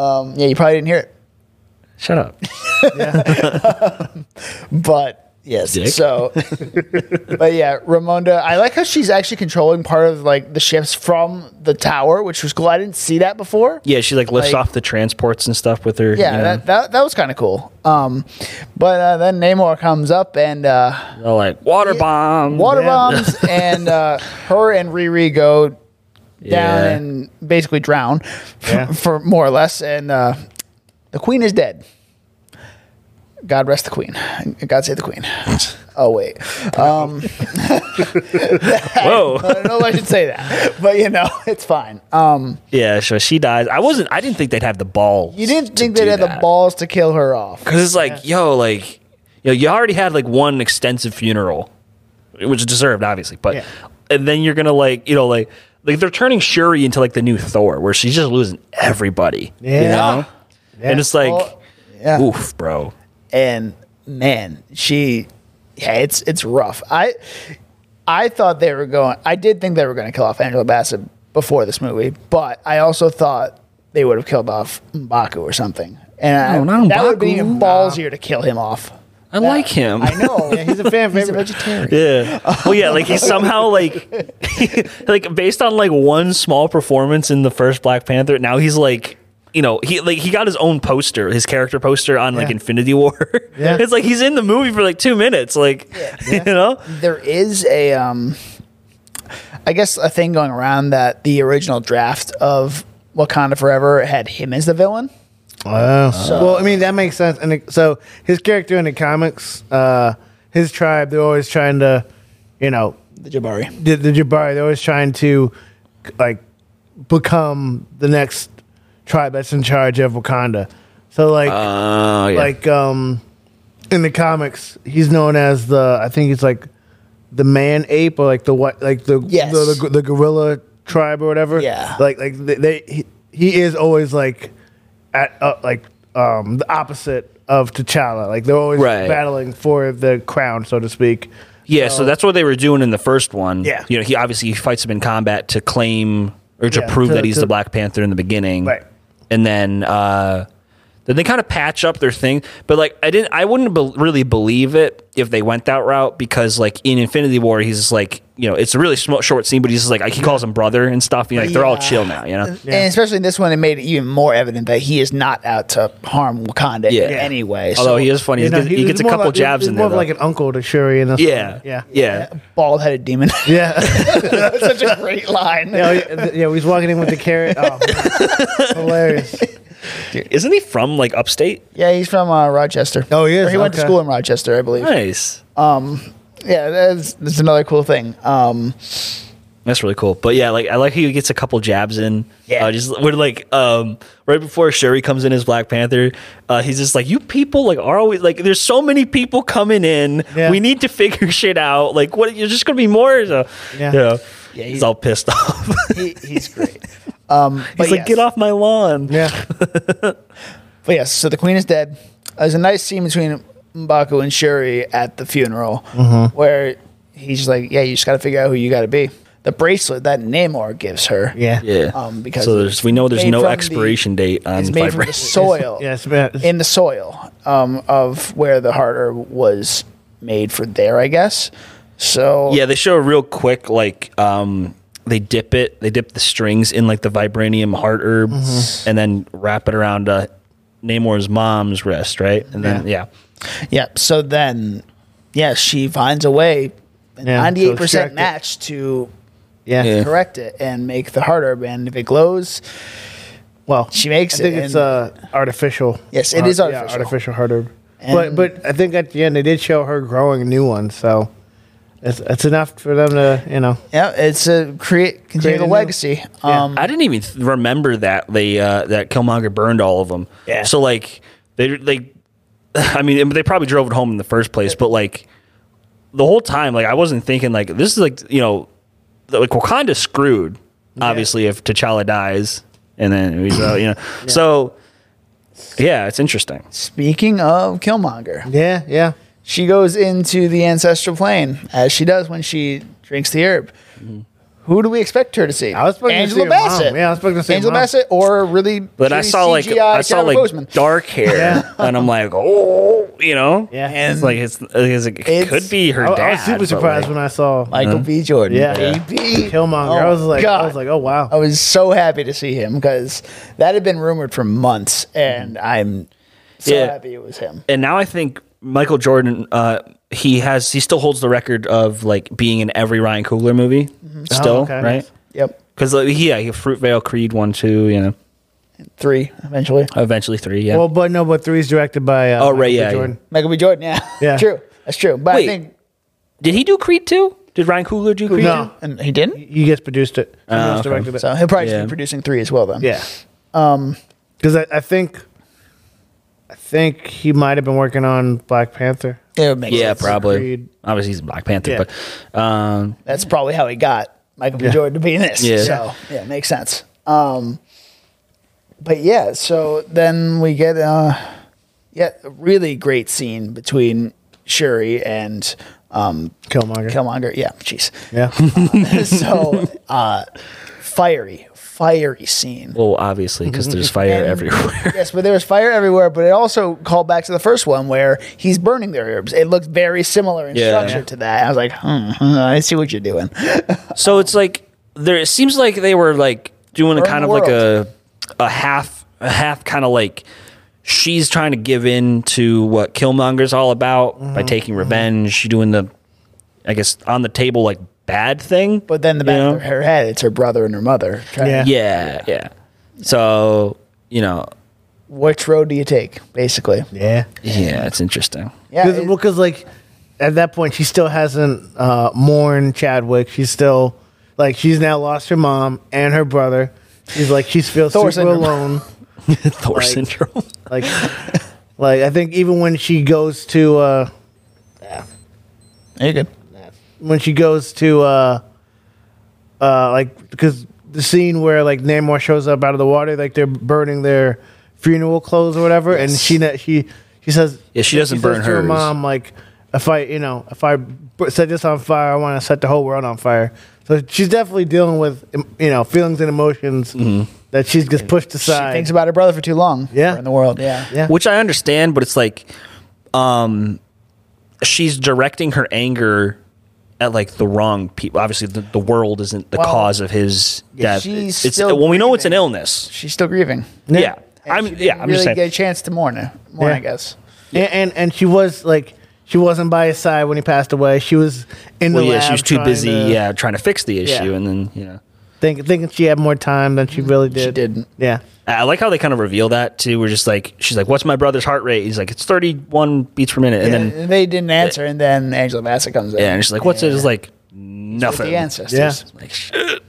[SPEAKER 2] Um, yeah, you probably didn't hear it,
[SPEAKER 1] Shut up.
[SPEAKER 2] but yes.
[SPEAKER 1] Dick.
[SPEAKER 2] So, but yeah, Ramonda. I like how she's actually controlling part of like the ships from the tower, which was cool. I didn't see that before.
[SPEAKER 1] Yeah, she like lifts
[SPEAKER 2] Like-
[SPEAKER 1] off the transports and stuff with her.
[SPEAKER 2] Yeah,
[SPEAKER 1] you know.
[SPEAKER 2] that, that, that was kind of cool. Um, but uh, then Namor comes up and uh,
[SPEAKER 1] They're like water bomb.
[SPEAKER 2] water
[SPEAKER 3] Yeah.
[SPEAKER 2] bombs, and uh, her and Riri go down
[SPEAKER 1] Yeah.
[SPEAKER 2] and basically drown
[SPEAKER 3] Yeah.
[SPEAKER 2] for more or less. And uh, the queen is dead. God rest the queen. God save the queen. Oh wait, um, I
[SPEAKER 1] Whoa.
[SPEAKER 2] don't know if I should say that, but you know it's fine. Um,
[SPEAKER 1] yeah, so she dies. I wasn't. I didn't think they'd have the ball.
[SPEAKER 2] you didn't think they had the balls to kill her off.
[SPEAKER 1] because it's like yo, like yo, you already had like one extensive funeral, which is deserved, obviously, but
[SPEAKER 3] Yeah.
[SPEAKER 1] and then you're gonna like you know like like they're turning Shuri into like the new Thor, where she's just losing everybody. You
[SPEAKER 3] Yeah.
[SPEAKER 1] know? And it's like,
[SPEAKER 2] Well, yeah.
[SPEAKER 1] oof, bro.
[SPEAKER 2] and man, she, yeah, it's it's rough. I I thought they were going. I did think they were going to kill off Angela Bassett before this movie, but I also thought they would have killed off Mbaku or something. And
[SPEAKER 1] No,
[SPEAKER 2] I,
[SPEAKER 1] not
[SPEAKER 2] that would have been
[SPEAKER 1] M'Baku.
[SPEAKER 2] even ballsier to kill him off.
[SPEAKER 1] I like him.
[SPEAKER 2] I know.
[SPEAKER 3] yeah, he's a fan
[SPEAKER 2] He's a
[SPEAKER 3] favorite.
[SPEAKER 2] vegetarian.
[SPEAKER 1] Yeah. Well, yeah. Like he's somehow like, like based on like one small performance in the first Black Panther. Now he's like, you know, he like he got his own poster, his character poster on like
[SPEAKER 3] Yeah.
[SPEAKER 1] Infinity War.
[SPEAKER 3] Yeah.
[SPEAKER 1] It's like he's in the movie for like two minutes. Like, you know.
[SPEAKER 2] there is a um I guess a thing going around that the original draft of Wakanda Forever had him as the villain.
[SPEAKER 3] Wow. well, I mean that makes sense. And it- so his character in the comics, uh, his tribe, they're always trying to, you know,
[SPEAKER 2] The Jabari.
[SPEAKER 3] the, the Jabari, they're always trying to, like, become the next tribe that's in charge of Wakanda. So like,
[SPEAKER 1] Oh yeah.
[SPEAKER 3] like um, in the comics, he's known as the I think he's like the man ape or like the what like the
[SPEAKER 2] Yes.
[SPEAKER 3] the, the, the gorilla tribe or whatever.
[SPEAKER 2] Yeah.
[SPEAKER 3] like like they, they he, he is always like at uh, like um the opposite of T'Challa. Like they're always
[SPEAKER 1] Right.
[SPEAKER 3] battling for the crown, so to speak.
[SPEAKER 1] yeah. So that's what they were doing in the first one.
[SPEAKER 3] Yeah.
[SPEAKER 1] You know, he obviously he fights him in combat to claim or to
[SPEAKER 3] Yeah,
[SPEAKER 1] prove
[SPEAKER 3] to-
[SPEAKER 1] that he's
[SPEAKER 3] to-
[SPEAKER 1] the Black Panther in the beginning.
[SPEAKER 3] Right.
[SPEAKER 1] and then uh, then they kind of patch up their thing. But like I didn't, I wouldn't bel really believe it if they went that route because like in Infinity War, he's just like you know it's a really small, short scene, but he's just like he calls him brother and stuff. And like they're all
[SPEAKER 2] Yeah.
[SPEAKER 1] chill now, you know.
[SPEAKER 3] Yeah.
[SPEAKER 2] And especially in this one, it made it even more evident that he is not out to harm Wakanda
[SPEAKER 1] Yeah.
[SPEAKER 2] in any way.
[SPEAKER 1] Although he is funny,
[SPEAKER 3] You
[SPEAKER 1] he,
[SPEAKER 3] know,
[SPEAKER 1] gets, he
[SPEAKER 3] was
[SPEAKER 1] gets a
[SPEAKER 3] more
[SPEAKER 1] couple
[SPEAKER 3] like-
[SPEAKER 1] jabs
[SPEAKER 3] uh, he's
[SPEAKER 1] in
[SPEAKER 3] more
[SPEAKER 1] there.
[SPEAKER 3] of like
[SPEAKER 1] though.
[SPEAKER 3] an uncle to Shuri and this
[SPEAKER 1] yeah,
[SPEAKER 3] one. yeah,
[SPEAKER 1] yeah.
[SPEAKER 2] bald headed demon.
[SPEAKER 3] yeah.
[SPEAKER 2] That's such a great line.
[SPEAKER 3] Oh, yeah, th- yeah, he's walking in with the carrot. Oh, man. hilarious.
[SPEAKER 1] Isn't he from like upstate?
[SPEAKER 2] Yeah, he's from uh, Rochester.
[SPEAKER 3] Oh, he is?
[SPEAKER 2] Or he went to
[SPEAKER 3] Okay.
[SPEAKER 2] school in Rochester, I believe. Um,
[SPEAKER 1] Nice.
[SPEAKER 2] Yeah, that's, that's another cool thing. Um,
[SPEAKER 1] That's really cool. But yeah, like I like how he gets a couple jabs in.
[SPEAKER 2] Yeah.
[SPEAKER 1] Uh, just when like um right before Sherry comes in as Black Panther, uh, he's just like, You people like are always like there's so many people coming in.
[SPEAKER 3] Yeah.
[SPEAKER 1] We need to figure shit out. Like what you're just gonna be more so
[SPEAKER 3] Yeah.
[SPEAKER 1] you know,
[SPEAKER 2] Yeah,
[SPEAKER 1] he's
[SPEAKER 2] he-
[SPEAKER 1] all pissed off. he's
[SPEAKER 2] he, he's great. Um, but
[SPEAKER 1] like,
[SPEAKER 2] yes.
[SPEAKER 1] Get off my lawn.
[SPEAKER 3] Yeah.
[SPEAKER 2] But yes, so the queen is dead. Uh, There's a nice scene between Mbaku and Shuri at the funeral where he's just like, yeah, you just got to figure out who you got to be. The bracelet that Namor gives her.
[SPEAKER 3] Yeah.
[SPEAKER 1] Yeah.
[SPEAKER 2] Um, because
[SPEAKER 1] so there's we know there's
[SPEAKER 2] made
[SPEAKER 1] no
[SPEAKER 2] from the-
[SPEAKER 1] expiration date on
[SPEAKER 2] It's made from the
[SPEAKER 1] vibration.
[SPEAKER 2] soil.
[SPEAKER 3] Yeah, it's about-
[SPEAKER 2] in the soil um, of where the harder was made for there, I guess. So
[SPEAKER 1] Yeah, they show a real quick like um they dip it, they dip the strings in like the vibranium heart herb and then wrap it around uh Namor's mom's wrist, right? And then yeah.
[SPEAKER 2] yeah. So then, yeah, she finds a way,
[SPEAKER 3] Yeah, to
[SPEAKER 2] ninety-eight
[SPEAKER 3] extract
[SPEAKER 2] percent
[SPEAKER 3] it.
[SPEAKER 2] match to
[SPEAKER 3] Yeah.
[SPEAKER 1] Yeah.
[SPEAKER 2] correct it and make the hard herb. And if it glows,
[SPEAKER 3] Well,
[SPEAKER 2] She makes
[SPEAKER 3] I think
[SPEAKER 2] it
[SPEAKER 3] it's
[SPEAKER 2] and-
[SPEAKER 3] uh, artificial.
[SPEAKER 2] Yes, it
[SPEAKER 3] Ar-
[SPEAKER 2] is
[SPEAKER 3] yeah,
[SPEAKER 2] artificial.
[SPEAKER 3] artificial hard herb.
[SPEAKER 2] And-
[SPEAKER 3] But but I think at the end they did show her growing a new one, so it's, it's enough for them to you know.
[SPEAKER 2] yeah, it's a create continue
[SPEAKER 3] Create
[SPEAKER 2] the
[SPEAKER 3] a new-
[SPEAKER 2] legacy.
[SPEAKER 3] Yeah.
[SPEAKER 2] Um,
[SPEAKER 1] I didn't even th- remember that they uh that Killmonger burned all of them.
[SPEAKER 2] Yeah.
[SPEAKER 1] So like they they I mean they probably drove it home in the first place, but like the whole time like I wasn't thinking like this is like you know like Wakanda's screwed obviously if T'Challa dies and then he's out, you know. So yeah, it's interesting.
[SPEAKER 2] speaking of Killmonger,
[SPEAKER 3] Yeah, yeah,
[SPEAKER 2] she goes into the ancestral plane as she does when she drinks the herb. Who do we expect her to see?
[SPEAKER 3] Mm-hmm. I was expecting to
[SPEAKER 2] Angela
[SPEAKER 3] see her mom.
[SPEAKER 2] Bassett.
[SPEAKER 3] Yeah, I was expecting to see her
[SPEAKER 2] Angela
[SPEAKER 3] mom.
[SPEAKER 2] Bassett or really.
[SPEAKER 1] But I
[SPEAKER 2] shitty
[SPEAKER 1] saw like
[SPEAKER 2] CGI
[SPEAKER 1] I saw
[SPEAKER 2] Sarah
[SPEAKER 1] like
[SPEAKER 2] Bozeman.
[SPEAKER 1] dark hair, and I'm like, oh, you know,
[SPEAKER 3] Yeah.
[SPEAKER 1] And it's like it's, it's- it
[SPEAKER 2] It's-
[SPEAKER 1] could be her
[SPEAKER 3] I,
[SPEAKER 1] dad.
[SPEAKER 3] I was super
[SPEAKER 1] but,
[SPEAKER 3] surprised
[SPEAKER 1] like,
[SPEAKER 3] when I saw
[SPEAKER 2] Michael B. Jordan.
[SPEAKER 3] Mm-hmm. Yeah.
[SPEAKER 2] baby.
[SPEAKER 3] Killmonger. I
[SPEAKER 2] Oh,
[SPEAKER 3] was like,
[SPEAKER 2] God.
[SPEAKER 3] I was like, oh wow.
[SPEAKER 2] I was so happy to see him because that had been rumored for months, and
[SPEAKER 3] Mm-hmm.
[SPEAKER 2] I'm so
[SPEAKER 1] Yeah.
[SPEAKER 2] happy it was him.
[SPEAKER 1] and now I think Michael Jordan, uh, he has he still holds the record of like being in every Ryan Coogler movie, still
[SPEAKER 3] Mm-hmm. Oh, okay.
[SPEAKER 1] right?
[SPEAKER 2] Yep,
[SPEAKER 1] Because like, yeah, he Fruitvale Creed one, two, you know,
[SPEAKER 2] three eventually.
[SPEAKER 1] eventually three. Yeah,
[SPEAKER 3] Well, but no, but three is directed by. Uh,
[SPEAKER 1] Oh, right,
[SPEAKER 3] Michael B.
[SPEAKER 1] yeah, yeah.
[SPEAKER 3] Jordan.
[SPEAKER 2] Michael B. Jordan. Yeah,
[SPEAKER 3] Yeah.
[SPEAKER 2] true. That's true. But
[SPEAKER 1] Wait.
[SPEAKER 2] I think
[SPEAKER 1] did he do Creed two? Did Ryan Coogler do Creed?
[SPEAKER 3] No.
[SPEAKER 2] and he didn't.
[SPEAKER 3] He just produced it. Someone else
[SPEAKER 1] Ah, okay.
[SPEAKER 3] directed it.
[SPEAKER 2] So he'll probably
[SPEAKER 1] Yeah.
[SPEAKER 2] just be producing three as well then.
[SPEAKER 3] yeah. Um, because I, I think, I think he might have been working on Black Panther.
[SPEAKER 2] it would make
[SPEAKER 1] Yeah,
[SPEAKER 2] sense.
[SPEAKER 1] probably.
[SPEAKER 3] Creed.
[SPEAKER 1] Obviously, he's Black Panther,
[SPEAKER 3] Yeah.
[SPEAKER 1] but um,
[SPEAKER 2] That's probably how he got Michael B. Jordan to be in this.
[SPEAKER 1] Yeah.
[SPEAKER 2] So yeah, it makes sense. Um, but yeah, so then we get uh, yeah, a really great scene between Shuri and um,
[SPEAKER 3] Killmonger.
[SPEAKER 2] Killmonger. Yeah, jeez.
[SPEAKER 3] yeah.
[SPEAKER 2] so uh, fiery, fiery scene.
[SPEAKER 1] well, obviously, because there's fire
[SPEAKER 2] And-
[SPEAKER 1] everywhere.
[SPEAKER 2] yes, but there was fire everywhere. But it also called back to the first one where he's burning their herbs. It looked very similar in
[SPEAKER 1] Yeah.
[SPEAKER 2] structure to that. I was like, hmm, hmm, I see what you're doing.
[SPEAKER 1] so it's like there. It seems like they were like doing a
[SPEAKER 2] Burn
[SPEAKER 1] kind
[SPEAKER 2] the
[SPEAKER 1] of like a a half a half kind of like she's trying to give in to what Killmonger's all about by taking revenge. She doing the, I guess, on the table like bad thing.
[SPEAKER 2] But then the
[SPEAKER 1] you
[SPEAKER 2] back
[SPEAKER 1] know?
[SPEAKER 2] of her head, it's her brother and her mother. trying-
[SPEAKER 3] Yeah.
[SPEAKER 1] yeah, yeah. So you know,
[SPEAKER 2] Which road do you take, basically?
[SPEAKER 3] yeah.
[SPEAKER 1] yeah, it's interesting.
[SPEAKER 2] Yeah,
[SPEAKER 3] Cause,
[SPEAKER 2] it-
[SPEAKER 3] well, 'cause, like at that point, she still hasn't uh, mourned Chadwick. She's still like she's now lost her mom and her brother. She's like she feels
[SPEAKER 2] Thor
[SPEAKER 3] super
[SPEAKER 2] syndrome.
[SPEAKER 3] alone.
[SPEAKER 1] Thor syndrome.
[SPEAKER 3] Like, like I think even when she goes to uh,
[SPEAKER 2] You're good.
[SPEAKER 3] when she goes to uh, uh, like because the scene where like Namor shows up out of the water, like they're burning their funeral clothes or whatever, and she ne- she she says
[SPEAKER 1] Yeah, she doesn't burn
[SPEAKER 3] says to her
[SPEAKER 1] hers.
[SPEAKER 3] mom like if I you know if I b- set this on fire, I want to set the whole world on fire. So she's definitely dealing with em- you know feelings and emotions
[SPEAKER 1] Mm-hmm.
[SPEAKER 3] that she's just pushed
[SPEAKER 2] She
[SPEAKER 3] aside.
[SPEAKER 2] thinks about her brother for too long.
[SPEAKER 3] Yeah.
[SPEAKER 2] We're in the world. Yeah.
[SPEAKER 3] yeah,
[SPEAKER 1] which I understand, but it's like, um, she's directing her anger at like the wrong people. Obviously, the, the world isn't the
[SPEAKER 2] Well,
[SPEAKER 1] cause of his
[SPEAKER 2] yeah,
[SPEAKER 1] death.
[SPEAKER 2] she's
[SPEAKER 1] it's
[SPEAKER 2] still
[SPEAKER 1] well, we know it's an
[SPEAKER 2] grieving.
[SPEAKER 1] illness.
[SPEAKER 2] She's still grieving.
[SPEAKER 1] Yeah,
[SPEAKER 2] And she
[SPEAKER 1] I'm.
[SPEAKER 2] didn't
[SPEAKER 1] Yeah, I'm
[SPEAKER 2] really
[SPEAKER 1] just saying.
[SPEAKER 2] get a chance to mourn her. Mourn,
[SPEAKER 3] Yeah.
[SPEAKER 2] I guess.
[SPEAKER 3] and, and and she was like she wasn't by his side when he passed away. She was in the
[SPEAKER 1] well, yeah,
[SPEAKER 3] lab
[SPEAKER 1] she was too
[SPEAKER 3] trying
[SPEAKER 1] busy.
[SPEAKER 3] to-
[SPEAKER 1] yeah, trying to fix the issue,
[SPEAKER 3] Yeah.
[SPEAKER 1] and then you know.
[SPEAKER 3] think, thinking she had more time than she really did.
[SPEAKER 2] She didn't.
[SPEAKER 3] Yeah.
[SPEAKER 1] I like how they kind of reveal that too. We're just like, she's like, "What's my brother's heart rate?" He's like, "It's thirty-one beats per minute," and then
[SPEAKER 2] And they didn't answer, and then Angela Bassett comes in.
[SPEAKER 1] yeah, and she's like, "What's it?" It's like
[SPEAKER 2] With
[SPEAKER 1] nothing.
[SPEAKER 2] the ancestors.
[SPEAKER 3] Yeah.
[SPEAKER 1] Like, shit.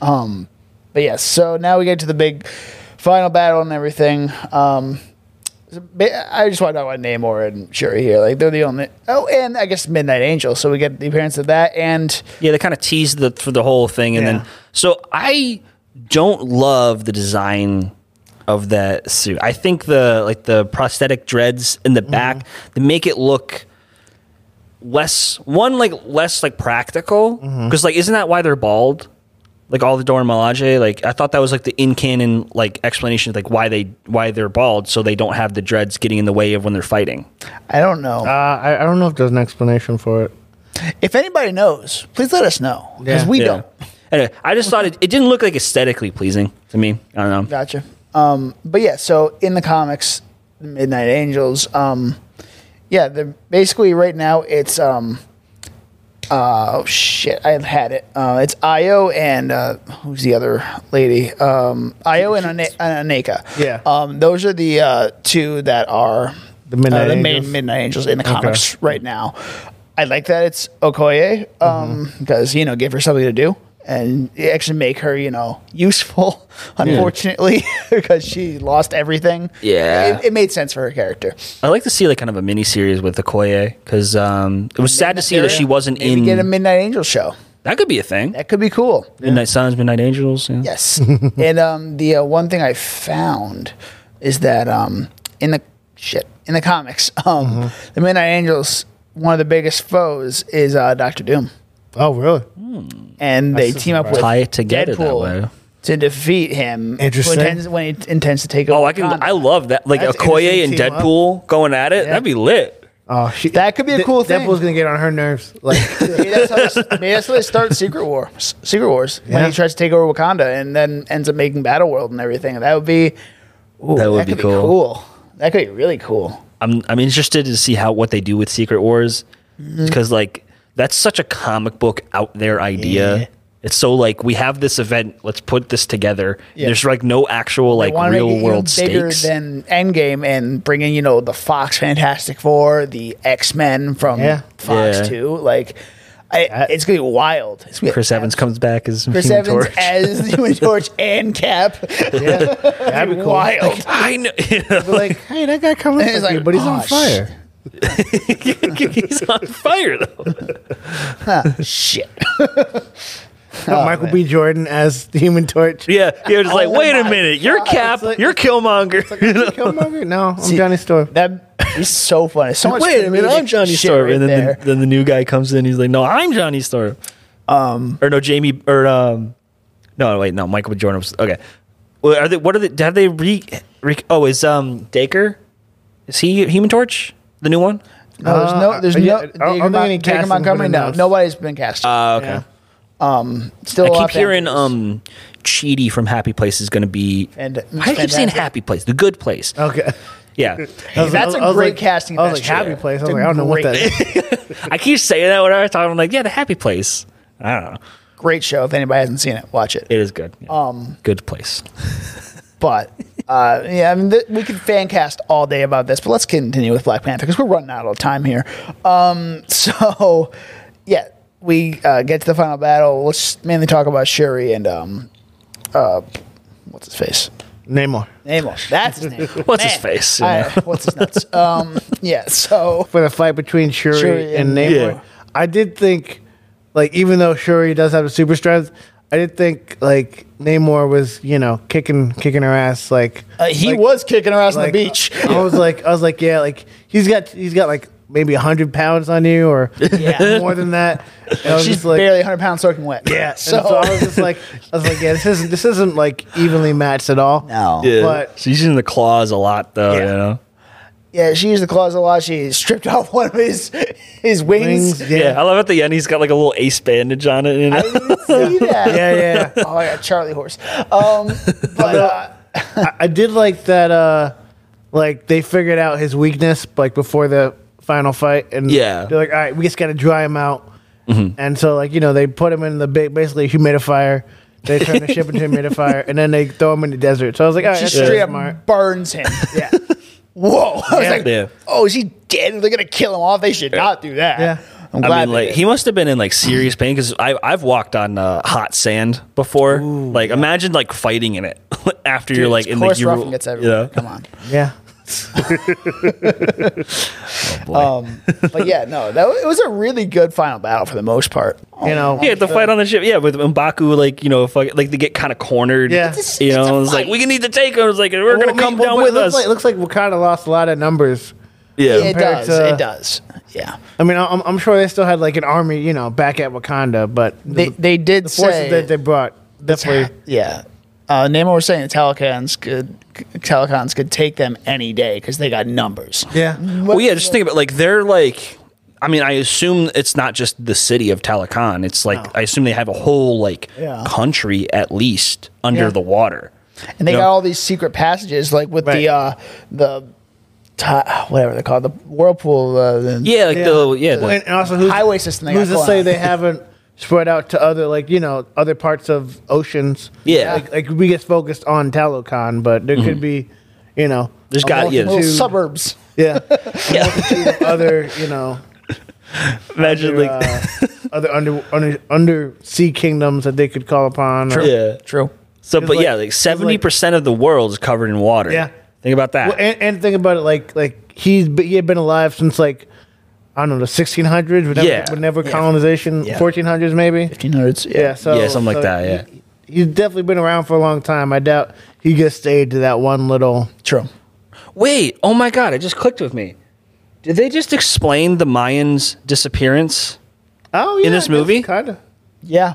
[SPEAKER 2] But yes, so now we get to the big final battle and everything. Um, it's a bit- I just want to talk about Namor and Shuri here. Like they're the only. Oh, and I guess Midnight Angel. So we get the appearance of that, and
[SPEAKER 1] Yeah, they kind of teased the for the whole thing, and
[SPEAKER 3] Yeah.
[SPEAKER 1] then so I don't love the design of that suit. I think the like the prosthetic dreads in the back they make it look less one like less like practical because like isn't that why they're bald? Like all the Dora Milaje, like I thought that was like the in canon like explanation of like why they why they're bald so they don't have the dreads getting in the way of when they're fighting.
[SPEAKER 2] I don't know
[SPEAKER 3] Uh, I, I don't know if there's an explanation for it.
[SPEAKER 2] if anybody knows. Please let us know because
[SPEAKER 3] Yeah.
[SPEAKER 2] we
[SPEAKER 1] Yeah.
[SPEAKER 2] don't.
[SPEAKER 1] Anyway, I just thought it, it didn't look like aesthetically pleasing to me. I don't know.
[SPEAKER 2] Gotcha. Um, but yeah, so in the comics, Midnight Angels. Um, yeah, they're basically right now it's um, uh, oh shit, I had it. Uh, it's Io and uh, who's the other lady? Um, Io and Ana- and Aneka.
[SPEAKER 3] Yeah.
[SPEAKER 2] Um, those are the uh, two that are
[SPEAKER 3] The Midnight
[SPEAKER 2] uh, the
[SPEAKER 3] Angels?
[SPEAKER 2] main Midnight Angels in the comics right now. I like that it's Okoye um,
[SPEAKER 1] Mm-hmm.
[SPEAKER 2] because you know give her something to do and actually make her you know useful. Unfortunately, because she lost everything.
[SPEAKER 1] Yeah.
[SPEAKER 2] it, it made sense for her character.
[SPEAKER 1] I like to see like kind of a mini series with Okoye because um, it was sad to see that she wasn't
[SPEAKER 2] Maybe
[SPEAKER 1] in.
[SPEAKER 2] get a Midnight Angel show.
[SPEAKER 1] that could be a thing.
[SPEAKER 2] That could be cool.
[SPEAKER 1] Midnight Suns, Midnight Angels. Yeah.
[SPEAKER 2] Yes. and um, the uh, one thing I found is that um, in the shit in the
[SPEAKER 1] Mm-hmm.
[SPEAKER 2] comics, um, the Midnight Angels, one of the biggest foes is uh, Doctor Doom.
[SPEAKER 3] Oh, really?
[SPEAKER 2] and they team up with
[SPEAKER 1] Tie it together that
[SPEAKER 2] Deadpool
[SPEAKER 1] way.
[SPEAKER 2] to defeat him. who
[SPEAKER 3] Interesting.
[SPEAKER 2] intends- when he intends to take over.
[SPEAKER 1] Oh, I can.
[SPEAKER 2] Wakanda.
[SPEAKER 1] I love that. Like
[SPEAKER 3] That's
[SPEAKER 1] Okoye and
[SPEAKER 3] interesting team up.
[SPEAKER 1] Deadpool going at it. That'd be lit.
[SPEAKER 3] Oh, she,
[SPEAKER 2] That could be a cool thing.
[SPEAKER 3] Deadpool's gonna get on her nerves. Like,
[SPEAKER 2] maybe that's how they, maybe that's how they start Secret War, S- Secret Wars when
[SPEAKER 3] Yeah.
[SPEAKER 2] he tries to take over Wakanda and then ends up making Battle World and everything. That would be ooh,
[SPEAKER 1] That would be
[SPEAKER 2] could
[SPEAKER 1] cool.
[SPEAKER 2] That could be really cool.
[SPEAKER 1] I'm I'm interested to see how what they do with Secret Wars
[SPEAKER 2] Mm-hmm.
[SPEAKER 1] because like that's such a comic book out there idea.
[SPEAKER 2] Yeah.
[SPEAKER 1] It's so like we have this event. Let's put this together.
[SPEAKER 2] Yeah.
[SPEAKER 1] There's like no actual
[SPEAKER 2] They
[SPEAKER 1] like
[SPEAKER 2] wanna make it
[SPEAKER 1] real
[SPEAKER 2] even
[SPEAKER 1] world
[SPEAKER 2] bigger
[SPEAKER 1] stakes.
[SPEAKER 2] than Endgame and bring in you know the Fox Fantastic Four, the X Men from
[SPEAKER 3] Yeah.
[SPEAKER 2] Fox
[SPEAKER 1] Yeah.
[SPEAKER 2] Two. Like, I, it's gonna be wild. It's gonna be
[SPEAKER 1] Chris Evans comes back as
[SPEAKER 2] Chris
[SPEAKER 1] Human
[SPEAKER 2] Evans
[SPEAKER 1] Torch.
[SPEAKER 2] as the Human Torch and Cap.
[SPEAKER 3] yeah, that'd be cool.
[SPEAKER 2] Wild.
[SPEAKER 1] I know.
[SPEAKER 3] Be like, hey, that guy coming,
[SPEAKER 2] He's
[SPEAKER 3] he's
[SPEAKER 2] like,
[SPEAKER 3] like, but he's on
[SPEAKER 2] "Oh,
[SPEAKER 3] fire.
[SPEAKER 1] He's on fire though.
[SPEAKER 2] Shit.
[SPEAKER 3] Michael B. Jordan as the Human Torch.
[SPEAKER 1] Yeah, you're just like,
[SPEAKER 2] Oh
[SPEAKER 1] wait a
[SPEAKER 2] my
[SPEAKER 1] minute, you're Cap,
[SPEAKER 3] It's like-
[SPEAKER 1] you're Killmonger.
[SPEAKER 3] Killmonger? No, I'm Johnny Storm.
[SPEAKER 2] That is so funny. So much
[SPEAKER 1] Wait a minute, I'm
[SPEAKER 2] comedic
[SPEAKER 1] Johnny
[SPEAKER 2] shit
[SPEAKER 1] Storm.
[SPEAKER 2] right
[SPEAKER 1] and then
[SPEAKER 2] there.
[SPEAKER 1] the, then the new guy comes in. He's like, no, I'm Johnny Storm. Um, or no, Jamie or um, no, wait, no, Michael B. Jordan. Was, okay, well, are they? What are they? Have they re? re oh, is um Dacre? Is he Human Torch? The new one?
[SPEAKER 2] No, there's no, there's
[SPEAKER 3] Uh, yeah,
[SPEAKER 2] no. Digger
[SPEAKER 3] I don't- I don't
[SPEAKER 2] Mon-
[SPEAKER 3] think any
[SPEAKER 2] Digger
[SPEAKER 3] casting's been
[SPEAKER 2] Montgomery, no,
[SPEAKER 3] announced.
[SPEAKER 2] nobody's been cast.
[SPEAKER 1] Uh, okay.
[SPEAKER 3] Yeah.
[SPEAKER 2] Still,
[SPEAKER 1] I
[SPEAKER 2] off
[SPEAKER 1] keep hearing
[SPEAKER 2] Andrews.
[SPEAKER 1] um, Cheedy from Happy Place is going to be.
[SPEAKER 2] And-
[SPEAKER 1] Why do I keep saying
[SPEAKER 2] Fantastic.
[SPEAKER 1] Happy Place, the good place.
[SPEAKER 3] Okay.
[SPEAKER 1] Yeah,
[SPEAKER 3] I was-
[SPEAKER 2] That's
[SPEAKER 3] I
[SPEAKER 2] a
[SPEAKER 3] was
[SPEAKER 2] great
[SPEAKER 3] like-
[SPEAKER 2] casting
[SPEAKER 3] I was like,
[SPEAKER 2] picture.
[SPEAKER 3] happy place.
[SPEAKER 2] It's a
[SPEAKER 3] I was like, I don't know what that
[SPEAKER 2] great-
[SPEAKER 3] is.
[SPEAKER 1] I keep saying that whenever I talk. I'm like, yeah, the Happy Place. I don't know.
[SPEAKER 2] great show. If anybody hasn't seen it, watch it.
[SPEAKER 1] It is good. Yeah.
[SPEAKER 2] Um,
[SPEAKER 1] good place.
[SPEAKER 2] but uh, yeah, I mean, th- we could fan cast all day about this, but let's continue with Black Panther because we're running out of time here. Um, so yeah, we uh, get to the final battle. Let's mainly talk about Shuri and um, uh, what's his face.
[SPEAKER 3] Namor.
[SPEAKER 2] Namor. That's his name.
[SPEAKER 1] What's his face, you
[SPEAKER 2] I- what's his nuts? Um, yeah. So
[SPEAKER 3] For the fight between Shuri,
[SPEAKER 2] Shuri and-
[SPEAKER 3] and, Namor,
[SPEAKER 1] Yeah.
[SPEAKER 3] I did think, like, even though Shuri does have super strength, I did think like Namor was, you know, kicking kicking her ass. Like
[SPEAKER 2] uh, he
[SPEAKER 3] like-
[SPEAKER 2] was kicking her ass on
[SPEAKER 3] like,
[SPEAKER 2] the beach.
[SPEAKER 3] I was like, I was like, yeah, like he's got he's got like maybe hundred pounds on you or
[SPEAKER 2] Yeah.
[SPEAKER 3] more than that. And I was
[SPEAKER 2] She's
[SPEAKER 3] just like,
[SPEAKER 2] barely 100 pounds soaking wet.
[SPEAKER 3] yeah.
[SPEAKER 2] So,
[SPEAKER 3] So. And so I was just like, I was like, yeah, this isn't this isn't like evenly matched at all.
[SPEAKER 2] no. Yeah.
[SPEAKER 1] Yeah.
[SPEAKER 3] But-
[SPEAKER 1] she's using the claws a lot, though.
[SPEAKER 3] Yeah.
[SPEAKER 1] You know.
[SPEAKER 2] she used the claws a lot. She stripped off one of his his wings.
[SPEAKER 3] Wings,
[SPEAKER 2] I
[SPEAKER 3] yeah.
[SPEAKER 1] Yeah. I love at the end he's got like a little ace bandage on it. You know?
[SPEAKER 2] didn't see that.
[SPEAKER 3] Yeah, yeah.
[SPEAKER 2] Oh, I got Charlie horse. Um, but uh,
[SPEAKER 3] I, I did like that. Uh, like they figured out his weakness like before the final fight, and
[SPEAKER 1] Yeah. Mm-hmm.
[SPEAKER 3] they're like, all right, we just got to dry him out. And so, like you know, they put him in the big, basically humidifier. They turn the ship into a humidifier, and then they throw him in the desert. So I was like, all right,
[SPEAKER 2] she
[SPEAKER 3] that's
[SPEAKER 2] straight
[SPEAKER 3] pretty
[SPEAKER 2] up
[SPEAKER 3] smart.
[SPEAKER 2] burns him.
[SPEAKER 3] Yeah,
[SPEAKER 2] Whoa! I was
[SPEAKER 3] Yeah.
[SPEAKER 2] like,
[SPEAKER 1] Yeah.
[SPEAKER 2] oh, is he dead? They're gonna kill him off. They should not do that.
[SPEAKER 3] Yeah.
[SPEAKER 2] I'm glad.
[SPEAKER 1] I mean,
[SPEAKER 2] they
[SPEAKER 1] like
[SPEAKER 2] did.
[SPEAKER 1] he must have been in like serious pain because I I've walked on uh, hot sand before. like imagine like fighting in it after you're like
[SPEAKER 2] It's
[SPEAKER 1] in
[SPEAKER 2] coarse
[SPEAKER 1] the
[SPEAKER 2] roughing gets everywhere. Come on.
[SPEAKER 3] yeah.
[SPEAKER 2] Um, but yeah, no, that wa- it was a really good final battle for the most part.
[SPEAKER 3] You know,
[SPEAKER 1] Yeah, the fight on the ship. Yeah, with Mbaku, like you know, fuck, like they get kind of cornered.
[SPEAKER 3] Yeah. It's
[SPEAKER 2] a-
[SPEAKER 1] you
[SPEAKER 2] it's a
[SPEAKER 1] know, it's
[SPEAKER 2] fight.
[SPEAKER 1] like we can need to take him. It's like we're
[SPEAKER 3] Well, I
[SPEAKER 1] gonna
[SPEAKER 3] mean,
[SPEAKER 1] come
[SPEAKER 3] well,
[SPEAKER 1] down
[SPEAKER 3] but
[SPEAKER 1] with
[SPEAKER 3] it looks
[SPEAKER 1] us.
[SPEAKER 3] Like, it looks like Wakanda lost a lot of numbers.
[SPEAKER 1] yeah,
[SPEAKER 2] It does.
[SPEAKER 3] compared to-
[SPEAKER 2] it does. Yeah.
[SPEAKER 3] I mean, I- I'm, I'm sure they still had like an army, you know, back at Wakanda, but
[SPEAKER 2] They
[SPEAKER 3] the,
[SPEAKER 2] they did
[SPEAKER 3] the forces
[SPEAKER 2] say
[SPEAKER 3] that they brought definitely.
[SPEAKER 2] yeah. Uh, Namor was saying the Telecons could Telecons could take them any day because they got numbers.
[SPEAKER 3] Yeah,
[SPEAKER 1] Well, yeah, just think about like they're like. I mean, I assume it's not just the city of Talakan. It's like I assume they have a whole like
[SPEAKER 2] Yeah.
[SPEAKER 1] country at least under
[SPEAKER 3] Yeah.
[SPEAKER 1] the water.
[SPEAKER 2] And they
[SPEAKER 1] Yeah.
[SPEAKER 2] got all these secret passages, like with
[SPEAKER 3] Right.
[SPEAKER 2] the uh, the ti- whatever they call it, the whirlpool. Uh, the
[SPEAKER 1] Yeah, like the yeah, the,
[SPEAKER 3] Well, and, and also who's,
[SPEAKER 2] highway system they
[SPEAKER 3] who's
[SPEAKER 2] got
[SPEAKER 3] to
[SPEAKER 2] going
[SPEAKER 3] say
[SPEAKER 2] on.
[SPEAKER 3] they haven't spread out to other like you know other parts of oceans?
[SPEAKER 1] Yeah. Mm-hmm.
[SPEAKER 3] like, like we get focused on Talokan, but there could be, you know,
[SPEAKER 1] There's
[SPEAKER 3] a
[SPEAKER 1] got- yeah.
[SPEAKER 2] little
[SPEAKER 3] multitude-
[SPEAKER 2] suburbs.
[SPEAKER 3] yeah, a multitude of other you know
[SPEAKER 1] imagine
[SPEAKER 3] other, uh, other under under undersea kingdoms that they could call upon. or-
[SPEAKER 1] yeah.
[SPEAKER 2] True.
[SPEAKER 1] So, but
[SPEAKER 3] like-
[SPEAKER 1] yeah, like seventy percent of the world is covered in water.
[SPEAKER 3] Yeah.
[SPEAKER 1] think about that.
[SPEAKER 3] Well, and, and think about it, like like he's be- he had been alive since like. I don't know, the 1600s, whenever,
[SPEAKER 1] Yeah.
[SPEAKER 3] whenever colonization,
[SPEAKER 1] Yeah.
[SPEAKER 3] 1400s maybe.
[SPEAKER 2] 1500s.
[SPEAKER 3] Yeah, so
[SPEAKER 1] Yeah, something like
[SPEAKER 3] so
[SPEAKER 1] that, yeah.
[SPEAKER 3] he- he's definitely been around for a long time. I doubt he just stayed to that one little.
[SPEAKER 2] True.
[SPEAKER 1] Wait, oh my god, it just clicked with me. Did they just explain the Mayans' disappearance?
[SPEAKER 3] Oh yeah.
[SPEAKER 1] In this movie?
[SPEAKER 3] kind of.
[SPEAKER 2] Yeah.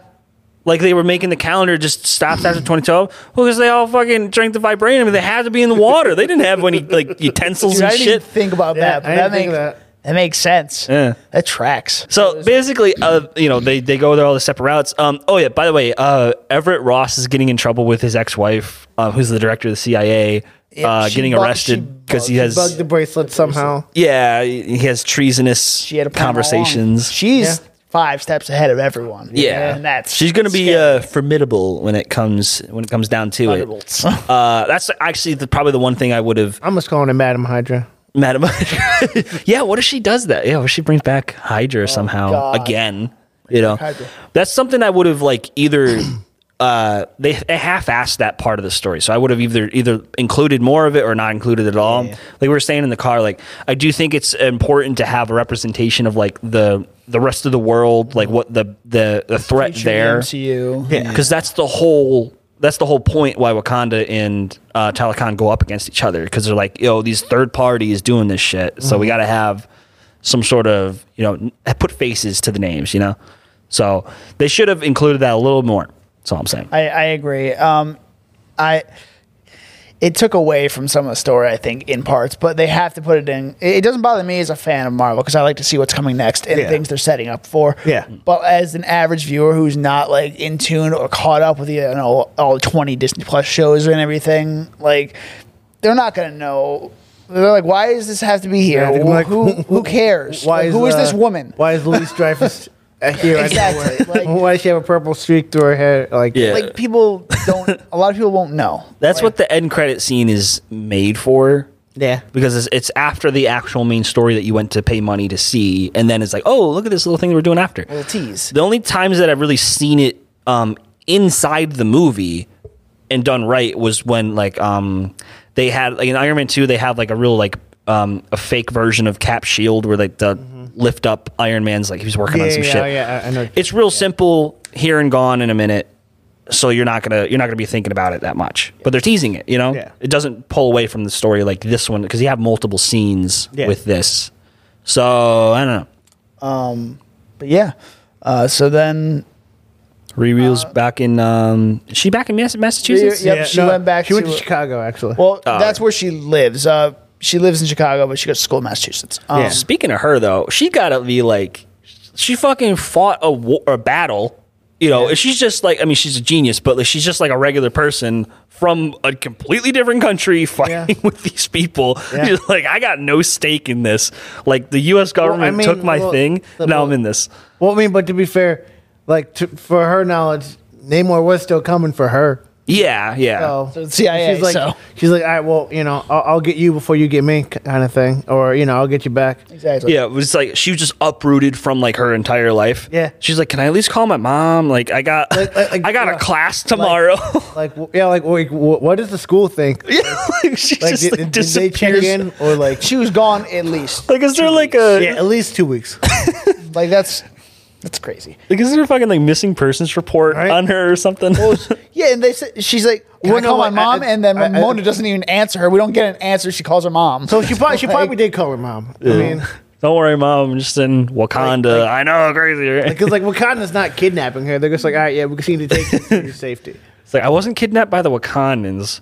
[SPEAKER 1] Like they were making the calendar just stops after 2012. Well, because they all fucking drank the vibranium and they had to be in the water. They didn't have any like utensils
[SPEAKER 2] Dude, I
[SPEAKER 1] and
[SPEAKER 2] didn't
[SPEAKER 1] shit.
[SPEAKER 2] think about
[SPEAKER 3] Yeah,
[SPEAKER 2] that.
[SPEAKER 3] I
[SPEAKER 2] But
[SPEAKER 3] didn't
[SPEAKER 2] that,
[SPEAKER 3] think
[SPEAKER 2] makes,
[SPEAKER 3] of
[SPEAKER 2] that.
[SPEAKER 3] that.
[SPEAKER 2] makes sense.
[SPEAKER 1] Yeah.
[SPEAKER 2] That tracks.
[SPEAKER 1] So basically, uh, you know, they, they go there all the separate routes. Um, oh yeah, by the way, uh, Everett Ross is getting in trouble with his ex wife, uh, who's the director of the CIA,
[SPEAKER 2] Yeah,
[SPEAKER 1] uh,
[SPEAKER 2] she
[SPEAKER 1] getting
[SPEAKER 2] bugged-
[SPEAKER 1] arrested
[SPEAKER 2] she
[SPEAKER 1] because he
[SPEAKER 2] bugged-
[SPEAKER 1] has
[SPEAKER 3] Bug the bracelet somehow.
[SPEAKER 1] yeah he has treasonous
[SPEAKER 2] She had a plan all along.
[SPEAKER 1] conversations.
[SPEAKER 2] She's
[SPEAKER 3] Yeah.
[SPEAKER 2] five steps ahead of everyone.
[SPEAKER 1] yeah,
[SPEAKER 2] And that's
[SPEAKER 1] she's gonna be
[SPEAKER 2] scary.
[SPEAKER 1] uh, formidable when it comes when it comes down to it.
[SPEAKER 2] Thunderbolts.
[SPEAKER 1] Uh, that's actually the, probably the one thing I would have
[SPEAKER 3] I'm just calling it Madam Hydra.
[SPEAKER 1] Madam. yeah, what if she does that? Yeah, what if she brings back Hydra somehow
[SPEAKER 2] Oh, God.
[SPEAKER 1] again? You know,
[SPEAKER 2] Hydra.
[SPEAKER 1] that's something I would have like either. Uh, they, they half-assed that part of the story, so I would have either either included more of it or not included it at all. Like we were saying in the car, like I do think it's important to have a representation of like the the rest of the world, like what the the the threat
[SPEAKER 2] Future E
[SPEAKER 1] there.
[SPEAKER 2] MCU.
[SPEAKER 1] Yeah, because that's the whole that's the whole point why Wakanda and uh, Telecon go up against each other because they're like, yo, these third parties doing this shit, so we got to have some sort of you know n- put faces to the names, you know. So they should have included that a little more. That's all I'm saying.
[SPEAKER 2] I, I agree. Um, I it took away from some of the story, I think, in parts, but they have to put it in. It it doesn't bother me as a fan of Marvel because I like to see what's coming next and
[SPEAKER 3] Yeah.
[SPEAKER 2] things they're setting up for.
[SPEAKER 3] Yeah.
[SPEAKER 2] But as an average viewer who's not like in tune or caught up with you know all twenty Disney Plus shows and everything, like they're not gonna know. They're like, why does this have to be here?
[SPEAKER 3] Yeah, they'd be
[SPEAKER 2] who,
[SPEAKER 3] like,
[SPEAKER 2] who, who cares? Why who is
[SPEAKER 3] uh,
[SPEAKER 2] this woman?
[SPEAKER 3] Why is Louise Dreyfus uh, here? I don't know
[SPEAKER 2] Exactly,
[SPEAKER 3] why.
[SPEAKER 2] like-
[SPEAKER 3] why does she have a purple streak through her hair? Like,
[SPEAKER 1] Yeah.
[SPEAKER 2] Like people don't. a lot of people won't know.
[SPEAKER 1] That's what the end credit scene is made for.
[SPEAKER 3] yeah.
[SPEAKER 1] because it's, it's after the actual main story that you went to pay money to see, and then it's like, oh, look at this little thing that we're doing after.
[SPEAKER 2] Little tease.
[SPEAKER 1] The only times that I've really seen it um, inside the movie and done right was when like um, they had like in Iron Man two, they have like a real like um, a fake version of Cap Shield where like the lift up Iron Man's like he was working
[SPEAKER 3] Yeah,
[SPEAKER 1] on some
[SPEAKER 3] yeah,
[SPEAKER 1] shit.
[SPEAKER 3] yeah, I- I know.
[SPEAKER 1] It's real simple, here and gone in a minute. So you're not gonna you're not gonna be thinking about it that much, but they're teasing it. You know,
[SPEAKER 3] Yeah.
[SPEAKER 1] it doesn't pull away from the story like this one because you have multiple scenes
[SPEAKER 3] Yeah.
[SPEAKER 1] with this. So I don't know.
[SPEAKER 2] Um, But yeah. Uh, so then
[SPEAKER 1] Rereal's
[SPEAKER 3] Uh,
[SPEAKER 1] back in um, is she back in Mass- Massachusetts.
[SPEAKER 2] Yep, she went back
[SPEAKER 3] She went
[SPEAKER 2] to-
[SPEAKER 3] to Chicago, actually.
[SPEAKER 2] Well,
[SPEAKER 1] Oh.
[SPEAKER 2] that's where she lives. Uh, she lives in Chicago, but she goes to school in Massachusetts. Um,
[SPEAKER 3] Yeah.
[SPEAKER 1] Speaking of her though, she gotta be like, she fucking fought a war, a battle. You know, she's just like I mean, she's a genius, but like, she's just like a regular person from a completely different country fighting
[SPEAKER 3] Yeah.
[SPEAKER 1] with these people.
[SPEAKER 3] Yeah.
[SPEAKER 1] She's like, I got no stake in this. Like the U.S. government
[SPEAKER 3] mean,
[SPEAKER 1] took my
[SPEAKER 3] well,
[SPEAKER 1] thing.
[SPEAKER 3] the-
[SPEAKER 1] now I'm
[SPEAKER 3] well-
[SPEAKER 1] in this.
[SPEAKER 3] Well, I mean, but to be fair, like to, for her knowledge, Namor was still coming for her.
[SPEAKER 1] Yeah, yeah.
[SPEAKER 3] Oh. So,
[SPEAKER 2] So the CIA,
[SPEAKER 3] she's like,
[SPEAKER 2] so.
[SPEAKER 3] she's like, all right, well, you know, I'll, I'll get you before you get me, kind of thing, or you know, I'll get you back.
[SPEAKER 2] Exactly.
[SPEAKER 1] Yeah, it was like she was just uprooted from like her entire life.
[SPEAKER 3] Yeah.
[SPEAKER 1] she's like, can I at least call my mom? Like, I got,
[SPEAKER 3] Like- like- like,
[SPEAKER 1] I got a
[SPEAKER 3] yeah.
[SPEAKER 1] class tomorrow.
[SPEAKER 3] Like, w- yeah, like, like wh- what does the school think?
[SPEAKER 1] yeah, like she
[SPEAKER 3] Like,
[SPEAKER 1] just
[SPEAKER 3] did,
[SPEAKER 1] like,
[SPEAKER 3] did they check
[SPEAKER 1] disappears.
[SPEAKER 3] in or like?
[SPEAKER 2] She was gone at least.
[SPEAKER 1] Like, is there like a
[SPEAKER 3] Yeah, at least two weeks.
[SPEAKER 2] Like that's that's crazy.
[SPEAKER 1] like is there a fucking like missing persons report
[SPEAKER 3] Right.
[SPEAKER 1] on her or something?
[SPEAKER 2] Yeah, and they said she's like, "Can
[SPEAKER 3] Well,
[SPEAKER 2] I call
[SPEAKER 3] no,
[SPEAKER 2] my
[SPEAKER 3] I-
[SPEAKER 2] mom?"
[SPEAKER 3] I-
[SPEAKER 2] and then
[SPEAKER 3] I- I-
[SPEAKER 2] Mona doesn't even answer her. We don't get an answer. She calls her mom.
[SPEAKER 3] So she probably, she probably did call her mom. I mean,
[SPEAKER 1] Don't worry, mom. I'm just in Wakanda. I know, crazy. Right?
[SPEAKER 3] because like Wakanda's not kidnapping her. They're just like, all right, yeah, we just need to take you to your safety.
[SPEAKER 1] it's like I wasn't kidnapped by the Wakandans,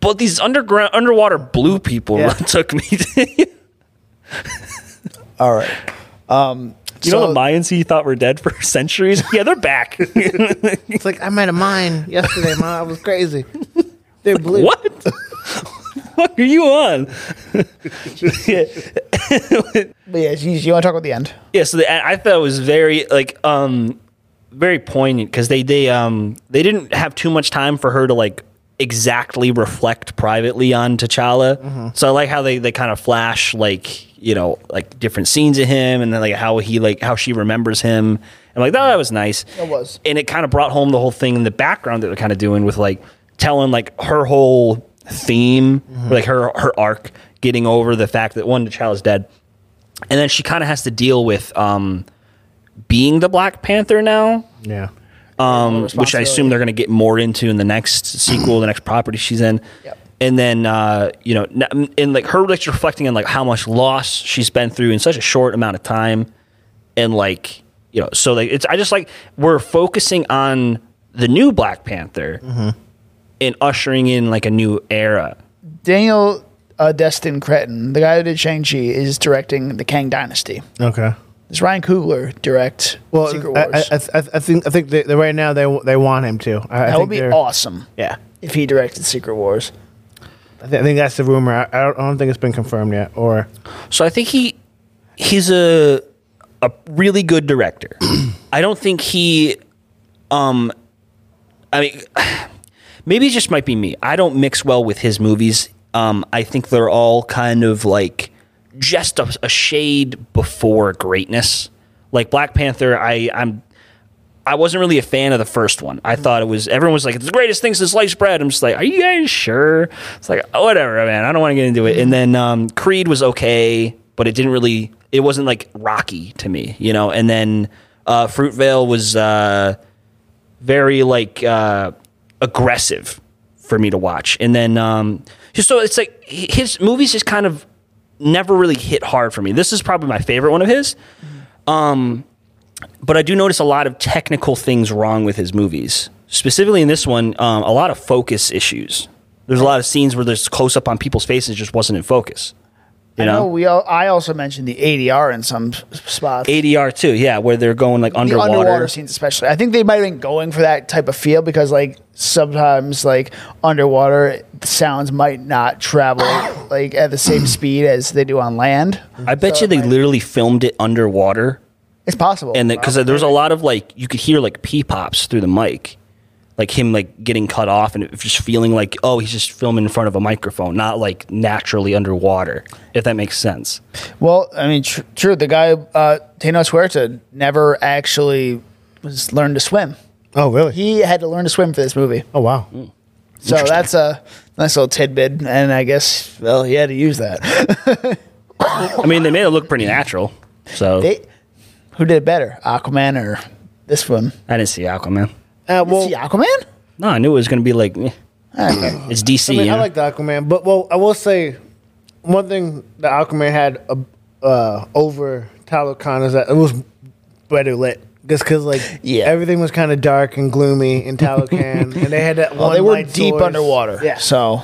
[SPEAKER 1] but these underground underwater blue people
[SPEAKER 3] Yeah.
[SPEAKER 1] took me. you
[SPEAKER 2] all right. Um,
[SPEAKER 1] know the Mayans he thought were dead for centuries. Yeah, they're back.
[SPEAKER 3] It's like I'm at a mine yesterday, mom. I was crazy. They're blue.
[SPEAKER 1] What? fuck are you on?
[SPEAKER 2] But yeah, you, you want to talk about the end?
[SPEAKER 1] Yeah, so the, I I thought it was very like um very poignant because they they um they didn't have too much time for her to like exactly reflect privately on T'Challa. So I like how they they kind of flash like you know like different scenes of him and then like how he like how she remembers him. And like that was nice.
[SPEAKER 2] It was.
[SPEAKER 1] and it kind of brought home the whole thing in the background that they're kind of doing with like telling like her whole theme, like her her arc, getting over the fact that one the child is dead, and then she kind of has to deal with um, being the Black Panther now,
[SPEAKER 3] Yeah.
[SPEAKER 1] um, which I assume they're going to get more into in the next sequel, the next property she's in.
[SPEAKER 2] Yep.
[SPEAKER 1] And then uh, you know, n- and like her like reflecting on like how much loss she's been through in such a short amount of time, and like you know, so like it's I just like we're focusing on the new Black Panther and ushering in like a new era.
[SPEAKER 2] Daniel uh, Destin Cretton, the guy who did Shang Chi, is directing the Kang Dynasty.
[SPEAKER 3] Okay.
[SPEAKER 2] Does Ryan Coogler direct
[SPEAKER 3] Well,
[SPEAKER 2] Secret
[SPEAKER 3] I,
[SPEAKER 2] Wars?
[SPEAKER 3] I, I, I think I think they, they, right now they they want him to. I, I
[SPEAKER 2] that
[SPEAKER 3] think
[SPEAKER 2] would be
[SPEAKER 3] they're-
[SPEAKER 2] awesome.
[SPEAKER 3] Yeah.
[SPEAKER 2] if he directed Secret Wars.
[SPEAKER 3] I, thi- I think that's the rumor. I, I, don't, I don't think it's been confirmed yet. Or
[SPEAKER 1] So I think he he's a a really good director. I don't think he um I mean maybe it just might be me. I don't mix well with his movies. Um I think they're all kind of like just a, a shade before greatness. Like Black Panther, I I'm I wasn't really a fan of the first one. I thought it was everyone was like it's the greatest thing since sliced bread. I'm just like, are you guys sure? It's like oh, whatever, man. I don't want to get into it. And then um, Creed was okay, but it didn't really. It wasn't like Rocky to me, you know. And then uh, Fruitvale was uh, very like uh, aggressive for me to watch. And then um, just so it's like h- his movies just kind of never really hit hard for me. This is probably my favorite one of his Um, but I do notice a lot of technical things wrong with his movies. Specifically in this one, um, a lot of focus issues. There's a lot of scenes where there's close up on people's faces, just wasn't in focus. You
[SPEAKER 2] I know,
[SPEAKER 1] know,
[SPEAKER 2] we all, I also mentioned the ADR in some s- spots.
[SPEAKER 1] ADR too, yeah, where they're going like
[SPEAKER 2] the
[SPEAKER 1] underwater.
[SPEAKER 2] underwater. scenes especially. I think they might have been going for that type of feel because like sometimes like underwater sounds might not travel like at the same speed as they do on land.
[SPEAKER 1] I bet
[SPEAKER 2] So
[SPEAKER 1] you
[SPEAKER 2] it
[SPEAKER 1] they
[SPEAKER 2] might-
[SPEAKER 1] literally filmed it underwater,
[SPEAKER 2] It's possible.
[SPEAKER 1] and because there's a lot of like you could hear like pee pops through the mic, like him like getting cut off and it- just feeling like oh he's just filming in front of a microphone, not like naturally underwater. If that makes sense.
[SPEAKER 2] well, I mean, tr- true. The guy uh, Thanos Huerta never actually was learned to swim.
[SPEAKER 3] oh really?
[SPEAKER 2] He had to learn to swim for this movie.
[SPEAKER 3] oh wow.
[SPEAKER 2] Mm. So that's a nice little tidbit, and I guess well, he had to use that.
[SPEAKER 1] I mean, they made it look pretty natural. So
[SPEAKER 2] They, who did better, Aquaman or this one?
[SPEAKER 1] I didn't see Aquaman.
[SPEAKER 3] Uh, well,
[SPEAKER 2] See Aquaman?
[SPEAKER 1] No, I knew it was going to be like eh,
[SPEAKER 2] Okay.
[SPEAKER 1] it's DC.
[SPEAKER 3] I mean,
[SPEAKER 1] you know?
[SPEAKER 3] I like the Aquaman, but well, I will say one thing that Aquaman had uh, uh, over Tyler Khan is that it was better lit. Just because, like,
[SPEAKER 2] Yeah.
[SPEAKER 3] everything was kind of dark and gloomy in Talocan, and they had that one.
[SPEAKER 2] Well, Oh, they were
[SPEAKER 3] light
[SPEAKER 2] deep
[SPEAKER 3] source.
[SPEAKER 2] underwater.
[SPEAKER 3] Yeah.
[SPEAKER 2] So,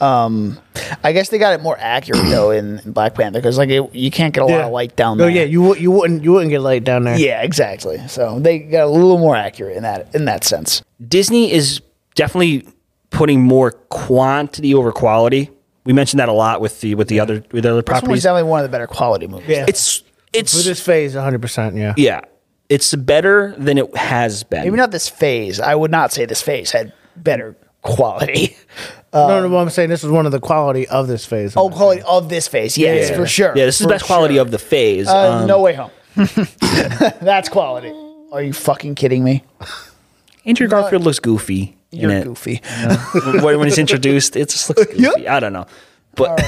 [SPEAKER 2] um, I guess they got it more accurate though in, in Black Panther because like it, you can't get a lot
[SPEAKER 3] yeah.
[SPEAKER 2] of light down
[SPEAKER 3] No,
[SPEAKER 2] there.
[SPEAKER 3] Oh, yeah, you wou- you wouldn't you wouldn't get light down there.
[SPEAKER 2] yeah, exactly. So they got a little more accurate in that in that sense.
[SPEAKER 1] Disney is definitely putting more quantity over quality. We mentioned that a lot with the with the other with the other
[SPEAKER 2] This one was
[SPEAKER 1] properties.
[SPEAKER 2] definitely one of the better quality movies.
[SPEAKER 3] Yeah.
[SPEAKER 1] It's
[SPEAKER 3] for
[SPEAKER 1] it's
[SPEAKER 3] this phase, one hundred percent. Yeah,
[SPEAKER 1] yeah, it's better than it has been.
[SPEAKER 2] Maybe not this phase. I would not say this phase had better quality.
[SPEAKER 3] no, no, but I'm saying this was one of the quality of this phase.
[SPEAKER 2] Oh, quality of this phase. Yes,
[SPEAKER 1] yeah.
[SPEAKER 2] for sure.
[SPEAKER 1] Yeah, this is the
[SPEAKER 2] For
[SPEAKER 1] best quality
[SPEAKER 2] sure.
[SPEAKER 1] of the phase.
[SPEAKER 2] Uh,
[SPEAKER 1] Um,
[SPEAKER 2] no way home. That's quality. Are you fucking kidding me?
[SPEAKER 1] Andrew Garfield looks goofy. in
[SPEAKER 2] You're
[SPEAKER 1] it.
[SPEAKER 2] goofy.
[SPEAKER 1] when, when it's introduced, it just looks goofy. I don't know, but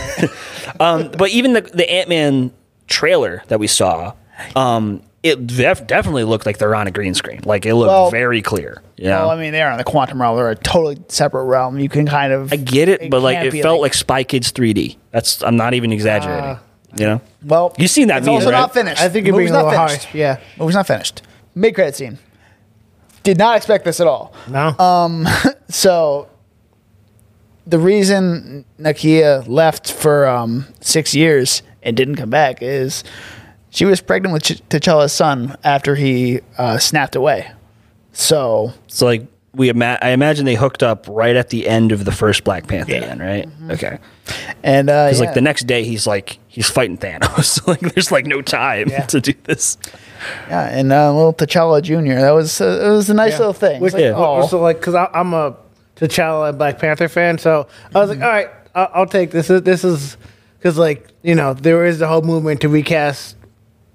[SPEAKER 1] um, but even the the Ant Man trailer that we saw, um, it def- definitely looked like they're on a green screen. Like it looked
[SPEAKER 2] Well-
[SPEAKER 1] very clear. Yeah,
[SPEAKER 2] Well, I mean, they are in the quantum realm. They're a totally separate realm. You can kind of.
[SPEAKER 1] I get it, but like
[SPEAKER 2] can't
[SPEAKER 1] it
[SPEAKER 2] be
[SPEAKER 1] felt like, Spy Kids 3D. That's I'm not even exaggerating.
[SPEAKER 3] Ah.
[SPEAKER 1] you know,
[SPEAKER 2] Well,
[SPEAKER 1] you've seen that
[SPEAKER 2] It's
[SPEAKER 1] meme,
[SPEAKER 2] also
[SPEAKER 1] right?
[SPEAKER 2] not finished.
[SPEAKER 3] I think
[SPEAKER 2] The
[SPEAKER 3] you're being
[SPEAKER 2] movie's
[SPEAKER 3] a
[SPEAKER 2] not
[SPEAKER 3] little harsh.
[SPEAKER 2] finished.
[SPEAKER 3] Yeah,
[SPEAKER 2] Movie's not finished. Mid credit scene. Did not expect this at all.
[SPEAKER 3] no,
[SPEAKER 1] uh,
[SPEAKER 2] So, the reason Nakia left for um, six years and didn't come back is she was pregnant with Ch- T'Challa's son after he uh, snapped away. So
[SPEAKER 1] so like we ima- I imagine they hooked up right at the end of the first Black Panther, then, right?
[SPEAKER 2] Mm-hmm.
[SPEAKER 1] Okay,
[SPEAKER 2] and uh,
[SPEAKER 1] Because
[SPEAKER 2] yeah.
[SPEAKER 1] like the next day, he's like he's fighting Thanos. like there's like no time
[SPEAKER 2] Yeah.
[SPEAKER 1] to do this.
[SPEAKER 2] Yeah, and uh, little T'Challa Junior. That was uh, it was a nice
[SPEAKER 3] Yeah.
[SPEAKER 2] little thing.
[SPEAKER 3] Which,
[SPEAKER 2] It's like,
[SPEAKER 1] Yeah.
[SPEAKER 2] oh,
[SPEAKER 3] So like, cause I, I'm a T'Challa and Black Panther fan, so I was like,
[SPEAKER 1] Mm-hmm.
[SPEAKER 3] all right, I'll, I'll take this. This- This is because like you know there is the whole movement to recast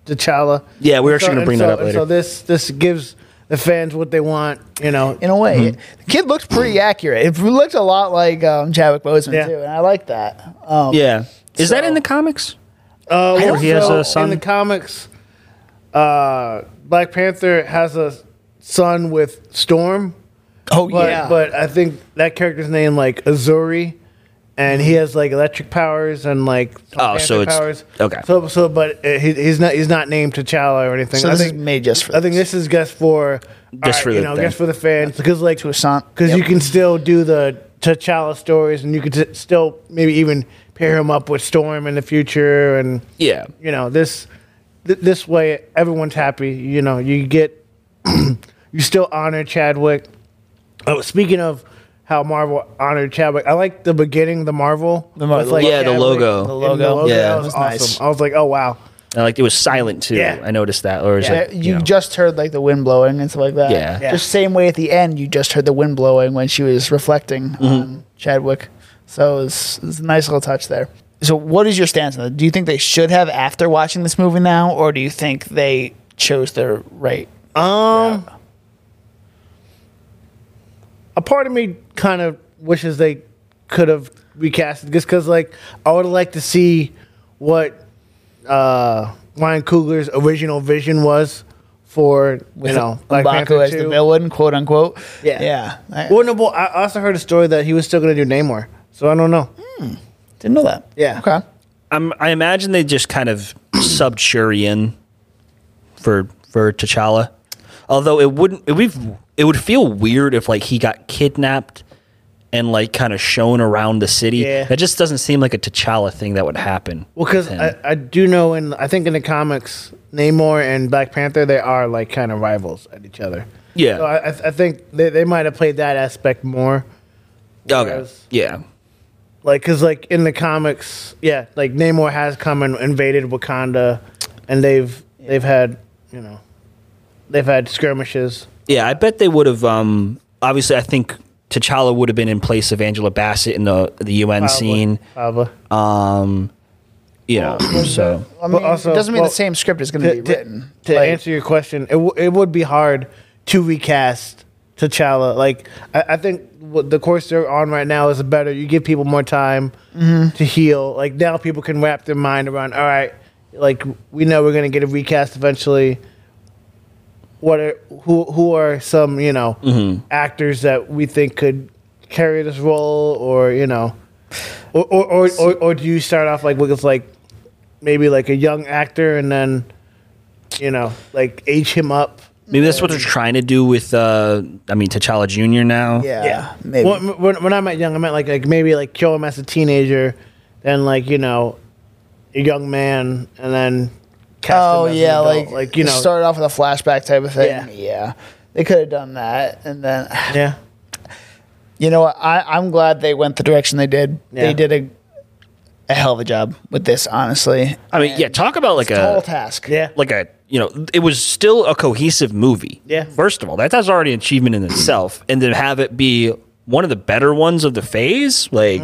[SPEAKER 3] T'Challa.
[SPEAKER 1] Yeah, we were actually gonna
[SPEAKER 3] and
[SPEAKER 1] bring
[SPEAKER 3] so,
[SPEAKER 1] that up
[SPEAKER 3] and
[SPEAKER 1] later.
[SPEAKER 3] So this this gives the fans what they want. You know,
[SPEAKER 2] in a way,
[SPEAKER 1] Mm-hmm.
[SPEAKER 2] the kid looks pretty accurate. It looked a lot like um, Chadwick Boseman
[SPEAKER 3] Yeah.
[SPEAKER 2] too, and I like that. Um,
[SPEAKER 1] Yeah, is that
[SPEAKER 2] So-
[SPEAKER 1] in the comics?
[SPEAKER 3] uh,
[SPEAKER 1] I know he has
[SPEAKER 3] also,
[SPEAKER 1] a son.
[SPEAKER 3] in the comics. Uh, Black Panther has a son with Storm.
[SPEAKER 2] Oh
[SPEAKER 3] But
[SPEAKER 2] yeah,
[SPEAKER 3] but I think that character's name like Azuri, and he has like electric powers and like
[SPEAKER 1] Oh, so
[SPEAKER 3] panther
[SPEAKER 1] it's- okay.
[SPEAKER 3] So, so but uh, he, he's not he's not named T'Challa or anything.
[SPEAKER 2] So
[SPEAKER 3] I
[SPEAKER 2] this
[SPEAKER 3] think,
[SPEAKER 2] is made just for
[SPEAKER 3] I think this is just for
[SPEAKER 1] Just
[SPEAKER 3] alright,
[SPEAKER 1] for
[SPEAKER 3] you
[SPEAKER 1] the
[SPEAKER 3] know
[SPEAKER 1] thing.
[SPEAKER 3] just for the fans because like
[SPEAKER 2] to a son.
[SPEAKER 3] because
[SPEAKER 2] Yep.
[SPEAKER 3] you can still do the T'Challa stories and you could t- still maybe even pair him up with Storm in the future and
[SPEAKER 1] Yeah.
[SPEAKER 3] you know this th- this way everyone's happy you know you get you still honor chadwick oh speaking of how marvel honored chadwick i like the beginning the marvel
[SPEAKER 2] The Mar-
[SPEAKER 3] with,
[SPEAKER 1] Yeah, the
[SPEAKER 3] Chadwick
[SPEAKER 1] logo.
[SPEAKER 3] in
[SPEAKER 1] The
[SPEAKER 2] logo.
[SPEAKER 1] Yeah.
[SPEAKER 3] that was,
[SPEAKER 2] It was
[SPEAKER 3] awesome
[SPEAKER 2] nice.
[SPEAKER 3] i was like oh wow
[SPEAKER 1] And like it was silent too.
[SPEAKER 3] Yeah.
[SPEAKER 1] I noticed that. Or is
[SPEAKER 3] Yeah.
[SPEAKER 1] it,
[SPEAKER 2] you, just heard like the wind blowing and stuff like that.
[SPEAKER 1] Yeah.
[SPEAKER 3] Yeah.
[SPEAKER 2] Just same way at the end, you just heard the wind blowing when she was reflecting
[SPEAKER 1] Mm-hmm.
[SPEAKER 2] on Chadwick. So it's it's a nice little touch there. So what is your stance on that? Do you think they should have after watching this movie now, or do you think they chose their right?
[SPEAKER 3] um a part of me kind of wishes they could have recast it just because like i would like to see what uh ryan coogler's original vision was for you know Black Panther
[SPEAKER 2] M'Baku as the
[SPEAKER 3] 2.
[SPEAKER 2] villain, quote unquote.
[SPEAKER 3] Yeah.
[SPEAKER 2] yeah. I
[SPEAKER 3] Well, no, but I also heard a story that he was still going to do Namor. So I don't know.
[SPEAKER 2] didn't know that.
[SPEAKER 3] Yeah.
[SPEAKER 2] Okay.
[SPEAKER 1] I'm, I imagine they just kind of subbed Shuri in for for T'Challa. Although it wouldn't it would it would feel weird if like he got kidnapped and like kind of shown around the city.
[SPEAKER 3] Yeah.
[SPEAKER 1] That just doesn't seem like a T'Challa thing that would happen.
[SPEAKER 3] Well, because
[SPEAKER 1] with him.
[SPEAKER 3] I, I do know in I think in the comics, Namor and Black Panther they are like kind of rivals at each other.
[SPEAKER 1] Yeah.
[SPEAKER 3] So I, I th- I think they, they might have played that aspect more,
[SPEAKER 1] okay.
[SPEAKER 3] whereas-
[SPEAKER 1] Yeah.
[SPEAKER 3] like because like in the comics, yeah, like Namor has come and invaded Wakanda, and they've they've had you know, they've had skirmishes.
[SPEAKER 1] Yeah, I bet they would have. Um, obviously, I think T'Challa would have been in place of Angela Bassett in the the UN
[SPEAKER 3] probably-
[SPEAKER 1] scene.
[SPEAKER 3] probably.
[SPEAKER 1] Um, you know, so
[SPEAKER 2] I mean,
[SPEAKER 3] also-
[SPEAKER 2] it doesn't mean
[SPEAKER 3] well,
[SPEAKER 2] the same script is going
[SPEAKER 3] to,
[SPEAKER 2] to be
[SPEAKER 3] to-
[SPEAKER 2] written.
[SPEAKER 3] to
[SPEAKER 2] Like,
[SPEAKER 3] answer your question, it, w- it would be hard to recast T'Challa. Like I, I think what the course they're on right now is better. You give people more time
[SPEAKER 2] Mm-hmm.
[SPEAKER 3] to heal. Like now, people can wrap their mind around. All right, like we know we're gonna get a recast eventually. What are who who are some you know
[SPEAKER 2] Mm-hmm.
[SPEAKER 3] actors that we think could carry this role or you know or or, or, or, or do you start off like with like maybe like a young actor and then you know like age him up
[SPEAKER 1] maybe that's what they're trying to do with. Uh, I mean, T'Challa Junior now.
[SPEAKER 2] yeah, maybe.
[SPEAKER 3] Well, m- Uh, when, when i meant young i meant like like maybe like kill him as a teenager then like you know a young man and then cast
[SPEAKER 2] oh
[SPEAKER 3] him as an
[SPEAKER 2] yeah,
[SPEAKER 3] adult.
[SPEAKER 2] like
[SPEAKER 3] like you know
[SPEAKER 2] start off with a flashback type of thing.
[SPEAKER 3] Yeah.
[SPEAKER 2] Yeah, they could have done that, and then
[SPEAKER 3] yeah
[SPEAKER 2] you know what? I, I'm glad they went the direction they did.
[SPEAKER 3] Yeah.
[SPEAKER 2] They did a a hell of a job with this, honestly.
[SPEAKER 1] I mean, yeah. Talk about like
[SPEAKER 2] Tall
[SPEAKER 1] a
[SPEAKER 2] task.
[SPEAKER 3] yeah
[SPEAKER 1] like a you know, it was still a cohesive movie.
[SPEAKER 3] Yeah.
[SPEAKER 1] First of all, that that's already an achievement in itself, and to have it be one of the better ones of the phase, like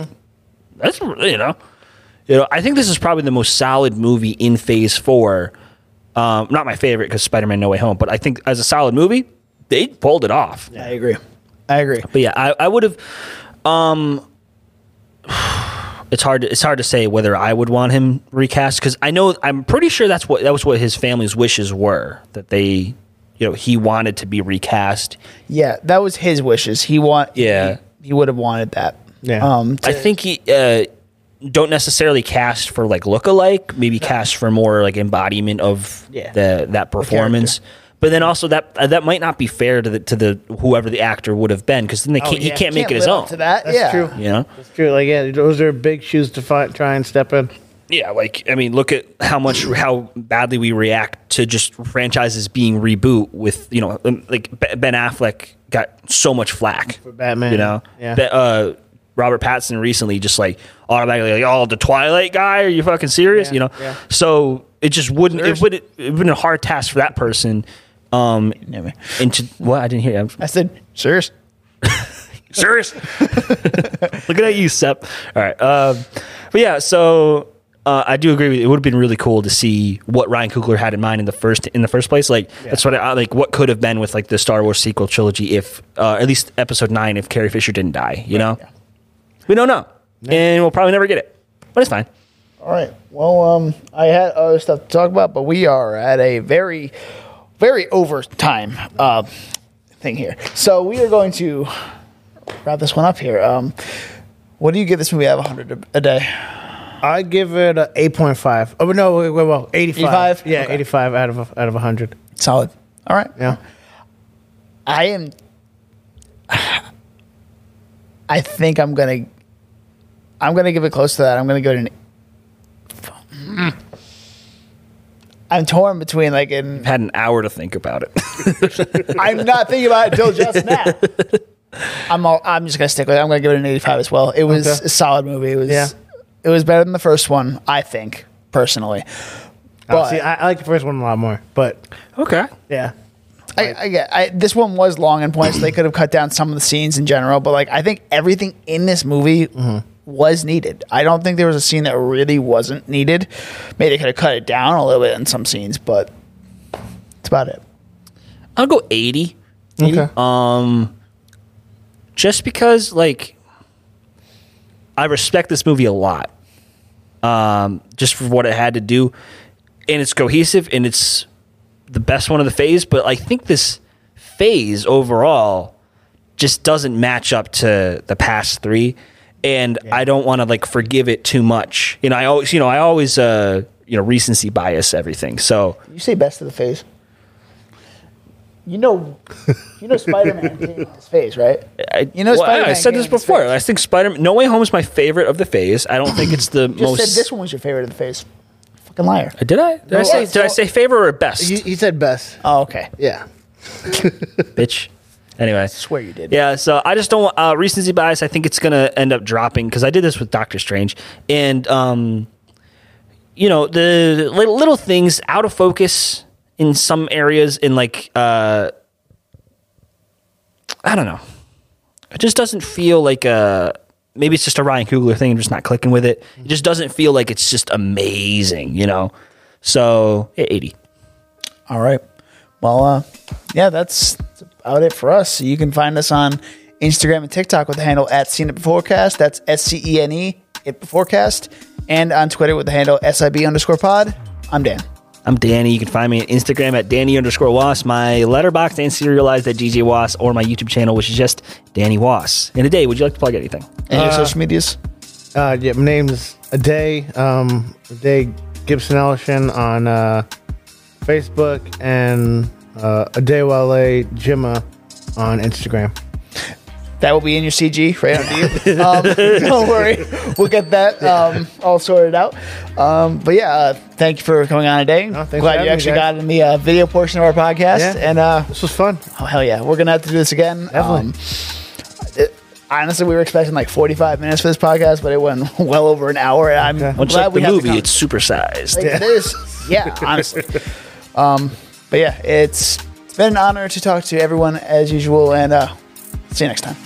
[SPEAKER 1] that's you know, you know, I think this is probably the most solid movie in Phase Four. Um, not my favorite because Spider-Man: No Way Home, but I think as a solid movie, they pulled it off.
[SPEAKER 2] I agree. I agree.
[SPEAKER 1] But yeah, I, I would have. Um, it's hard. To, it's hard to say whether I would want him recast because I know I'm pretty sure that's what that was what his family's wishes were that they, you know, he wanted to be recast.
[SPEAKER 2] Yeah, that was his wishes. He want.
[SPEAKER 1] Yeah.
[SPEAKER 2] he, he would have wanted that.
[SPEAKER 3] Yeah.
[SPEAKER 2] Um. to-
[SPEAKER 1] I think he uh, don't necessarily cast for like look-alike. Maybe cast for more like embodiment of
[SPEAKER 3] Yeah.
[SPEAKER 1] the that performance. but then also that uh, that might not be fair to the to the whoever the actor would have been because then they can't, he
[SPEAKER 3] yeah.
[SPEAKER 1] can't make
[SPEAKER 2] Oh,
[SPEAKER 1] it
[SPEAKER 2] can't
[SPEAKER 1] his
[SPEAKER 2] live
[SPEAKER 1] own.
[SPEAKER 2] up To that.
[SPEAKER 3] that's
[SPEAKER 2] yeah.
[SPEAKER 3] true
[SPEAKER 1] You know.
[SPEAKER 3] that's true like yeah those are big shoes to fi- try and step in
[SPEAKER 1] Yeah, like I mean, look at how much how badly we react to just franchises being reboot with you know um, like Be- Ben Affleck got so much flack for
[SPEAKER 3] Batman,
[SPEAKER 1] You know,
[SPEAKER 3] yeah.
[SPEAKER 1] Be- uh, Robert Pattinson recently just like automatically like oh the Twilight guy are you fucking serious
[SPEAKER 3] Yeah,
[SPEAKER 1] you know
[SPEAKER 3] yeah.
[SPEAKER 1] so it just wouldn't
[SPEAKER 3] There's-
[SPEAKER 1] it would it would been a hard task for that person um into what I didn't hear you.
[SPEAKER 2] I said, serious.
[SPEAKER 1] Serious? Looking at you, Sep. All right. Um, but yeah, so uh, I do agree with you. It would have been really cool to see what Ryan Coogler had in mind in the first in the first place. Like that's what I like. What could have been with like the Star Wars sequel trilogy if uh, at least Episode Nine if Carrie Fisher didn't die. You know, we don't know, and we'll probably never get it. But it's fine.
[SPEAKER 2] All right. Well, um, I had other stuff to talk about, but we are at a very, very overtime uh, thing here. So we are going to wrap this one up here. Um, What do you give this movie out of 100 a day?
[SPEAKER 3] I give it a 8.5. Oh, no, wait, wait, wait, 85.
[SPEAKER 2] 85?
[SPEAKER 3] Yeah,
[SPEAKER 2] Okay.
[SPEAKER 3] 85 out of out of 100.
[SPEAKER 2] Solid. All right.
[SPEAKER 3] Yeah.
[SPEAKER 2] I am. I think I'm gonna. I'm gonna give it close to that. I'm gonna go to. An, I'm torn between like an.
[SPEAKER 1] Had an hour to think about it.
[SPEAKER 2] I'm not thinking about it till just now. I'm all, I'm just gonna stick with it. I'm gonna give it an 85 as well. It was
[SPEAKER 3] Okay.
[SPEAKER 2] a solid movie. It was.
[SPEAKER 3] Yeah.
[SPEAKER 2] It was better than the first one, I think personally.
[SPEAKER 3] Oh,
[SPEAKER 2] But-
[SPEAKER 3] see, I, I like the first one a lot more, but
[SPEAKER 1] okay.
[SPEAKER 3] yeah.
[SPEAKER 2] I, I, get- I this one was long in points. they could have cut down some of the scenes in general, but like I think everything in this movie was needed. I don't think there was a scene that really wasn't needed. Maybe they could have cut it down a little bit in some scenes, but that's about it.
[SPEAKER 1] I'll go 80.
[SPEAKER 3] Okay.
[SPEAKER 1] Um, just because like I respect this movie a lot, um, just for what it had to do, and it's cohesive and it's the best one of the phase. But I think this phase overall just doesn't match up to the past three, and I don't want to like forgive it too much. You know, I always you know I always uh you know recency bias everything. So
[SPEAKER 2] You say best of the phase. You know, you know Spider Man came on his phase, right?
[SPEAKER 1] I,
[SPEAKER 2] You know
[SPEAKER 1] well, I, I
[SPEAKER 2] Spider-Man
[SPEAKER 1] said
[SPEAKER 2] came
[SPEAKER 1] this
[SPEAKER 2] in this
[SPEAKER 1] before.
[SPEAKER 2] phase.
[SPEAKER 1] I think Spider No Way Home is my favorite of the phase. I don't think it's the
[SPEAKER 2] Just
[SPEAKER 1] most.
[SPEAKER 2] said this one was your favorite of the phase. Fucking liar.
[SPEAKER 1] Did I? Did I
[SPEAKER 3] No,
[SPEAKER 1] say?
[SPEAKER 3] I-
[SPEAKER 1] Did I
[SPEAKER 3] so-
[SPEAKER 1] say favorite or best?
[SPEAKER 3] He, he said best.
[SPEAKER 2] Oh, okay.
[SPEAKER 3] Yeah.
[SPEAKER 1] bitch. Anyway,
[SPEAKER 2] swear you did.
[SPEAKER 1] Yeah, so I just don't want uh, recency bias. I think it's gonna end up dropping because I did this with Doctor Strange, and um, you know the li- little things out of focus in some areas, in like uh, I don't know, it just doesn't feel like a. Maybe it's just a Ryan Coogler thing. I'm just not clicking with it. It just doesn't feel like it's just amazing, you know. So yeah, eighty.
[SPEAKER 2] All right. Well, uh, yeah, that's that's about it for us. You can find us on Instagram and TikTok with the handle at Seen It Beforecast. That's S C E N E It Beforecast, and on Twitter with the handle SIB underscore Pod. I'm Dan.
[SPEAKER 1] I'm Danny. You can find me on Instagram at Danny underscore Wass, my letterbox and serialized at GJ Wass, or my YouTube channel, which is just Danny Wass. In a day, would you like to plug anything?
[SPEAKER 2] And your social medias.
[SPEAKER 3] Uh, yeah, my name's Aday, um, Aday Gibson Ellison on uh, Facebook and uh, Adewale Jimma on Instagram.
[SPEAKER 2] That will be in your CG right under you. Um, don't worry, we'll get that um, all sorted out. Um, but yeah, uh, thank you for coming on today.
[SPEAKER 3] thanks for
[SPEAKER 2] Glad
[SPEAKER 3] having
[SPEAKER 2] you
[SPEAKER 3] me,
[SPEAKER 2] actually
[SPEAKER 3] guys.
[SPEAKER 2] got in the uh, video portion of our podcast.
[SPEAKER 3] Yeah.
[SPEAKER 2] And uh,
[SPEAKER 3] This was fun.
[SPEAKER 2] Oh hell yeah, we're gonna have to do this again. Um, it- honestly, we were expecting like forty-five minutes for this podcast, but it went well over an hour. And I'm
[SPEAKER 1] Much
[SPEAKER 2] glad
[SPEAKER 1] like
[SPEAKER 2] we
[SPEAKER 1] the
[SPEAKER 2] have
[SPEAKER 1] movie,
[SPEAKER 2] the
[SPEAKER 1] it's supersized.
[SPEAKER 2] yeah. yeah, honestly. Um, but yeah, it's it's been an honor to talk to everyone as usual, and uh, see you next time.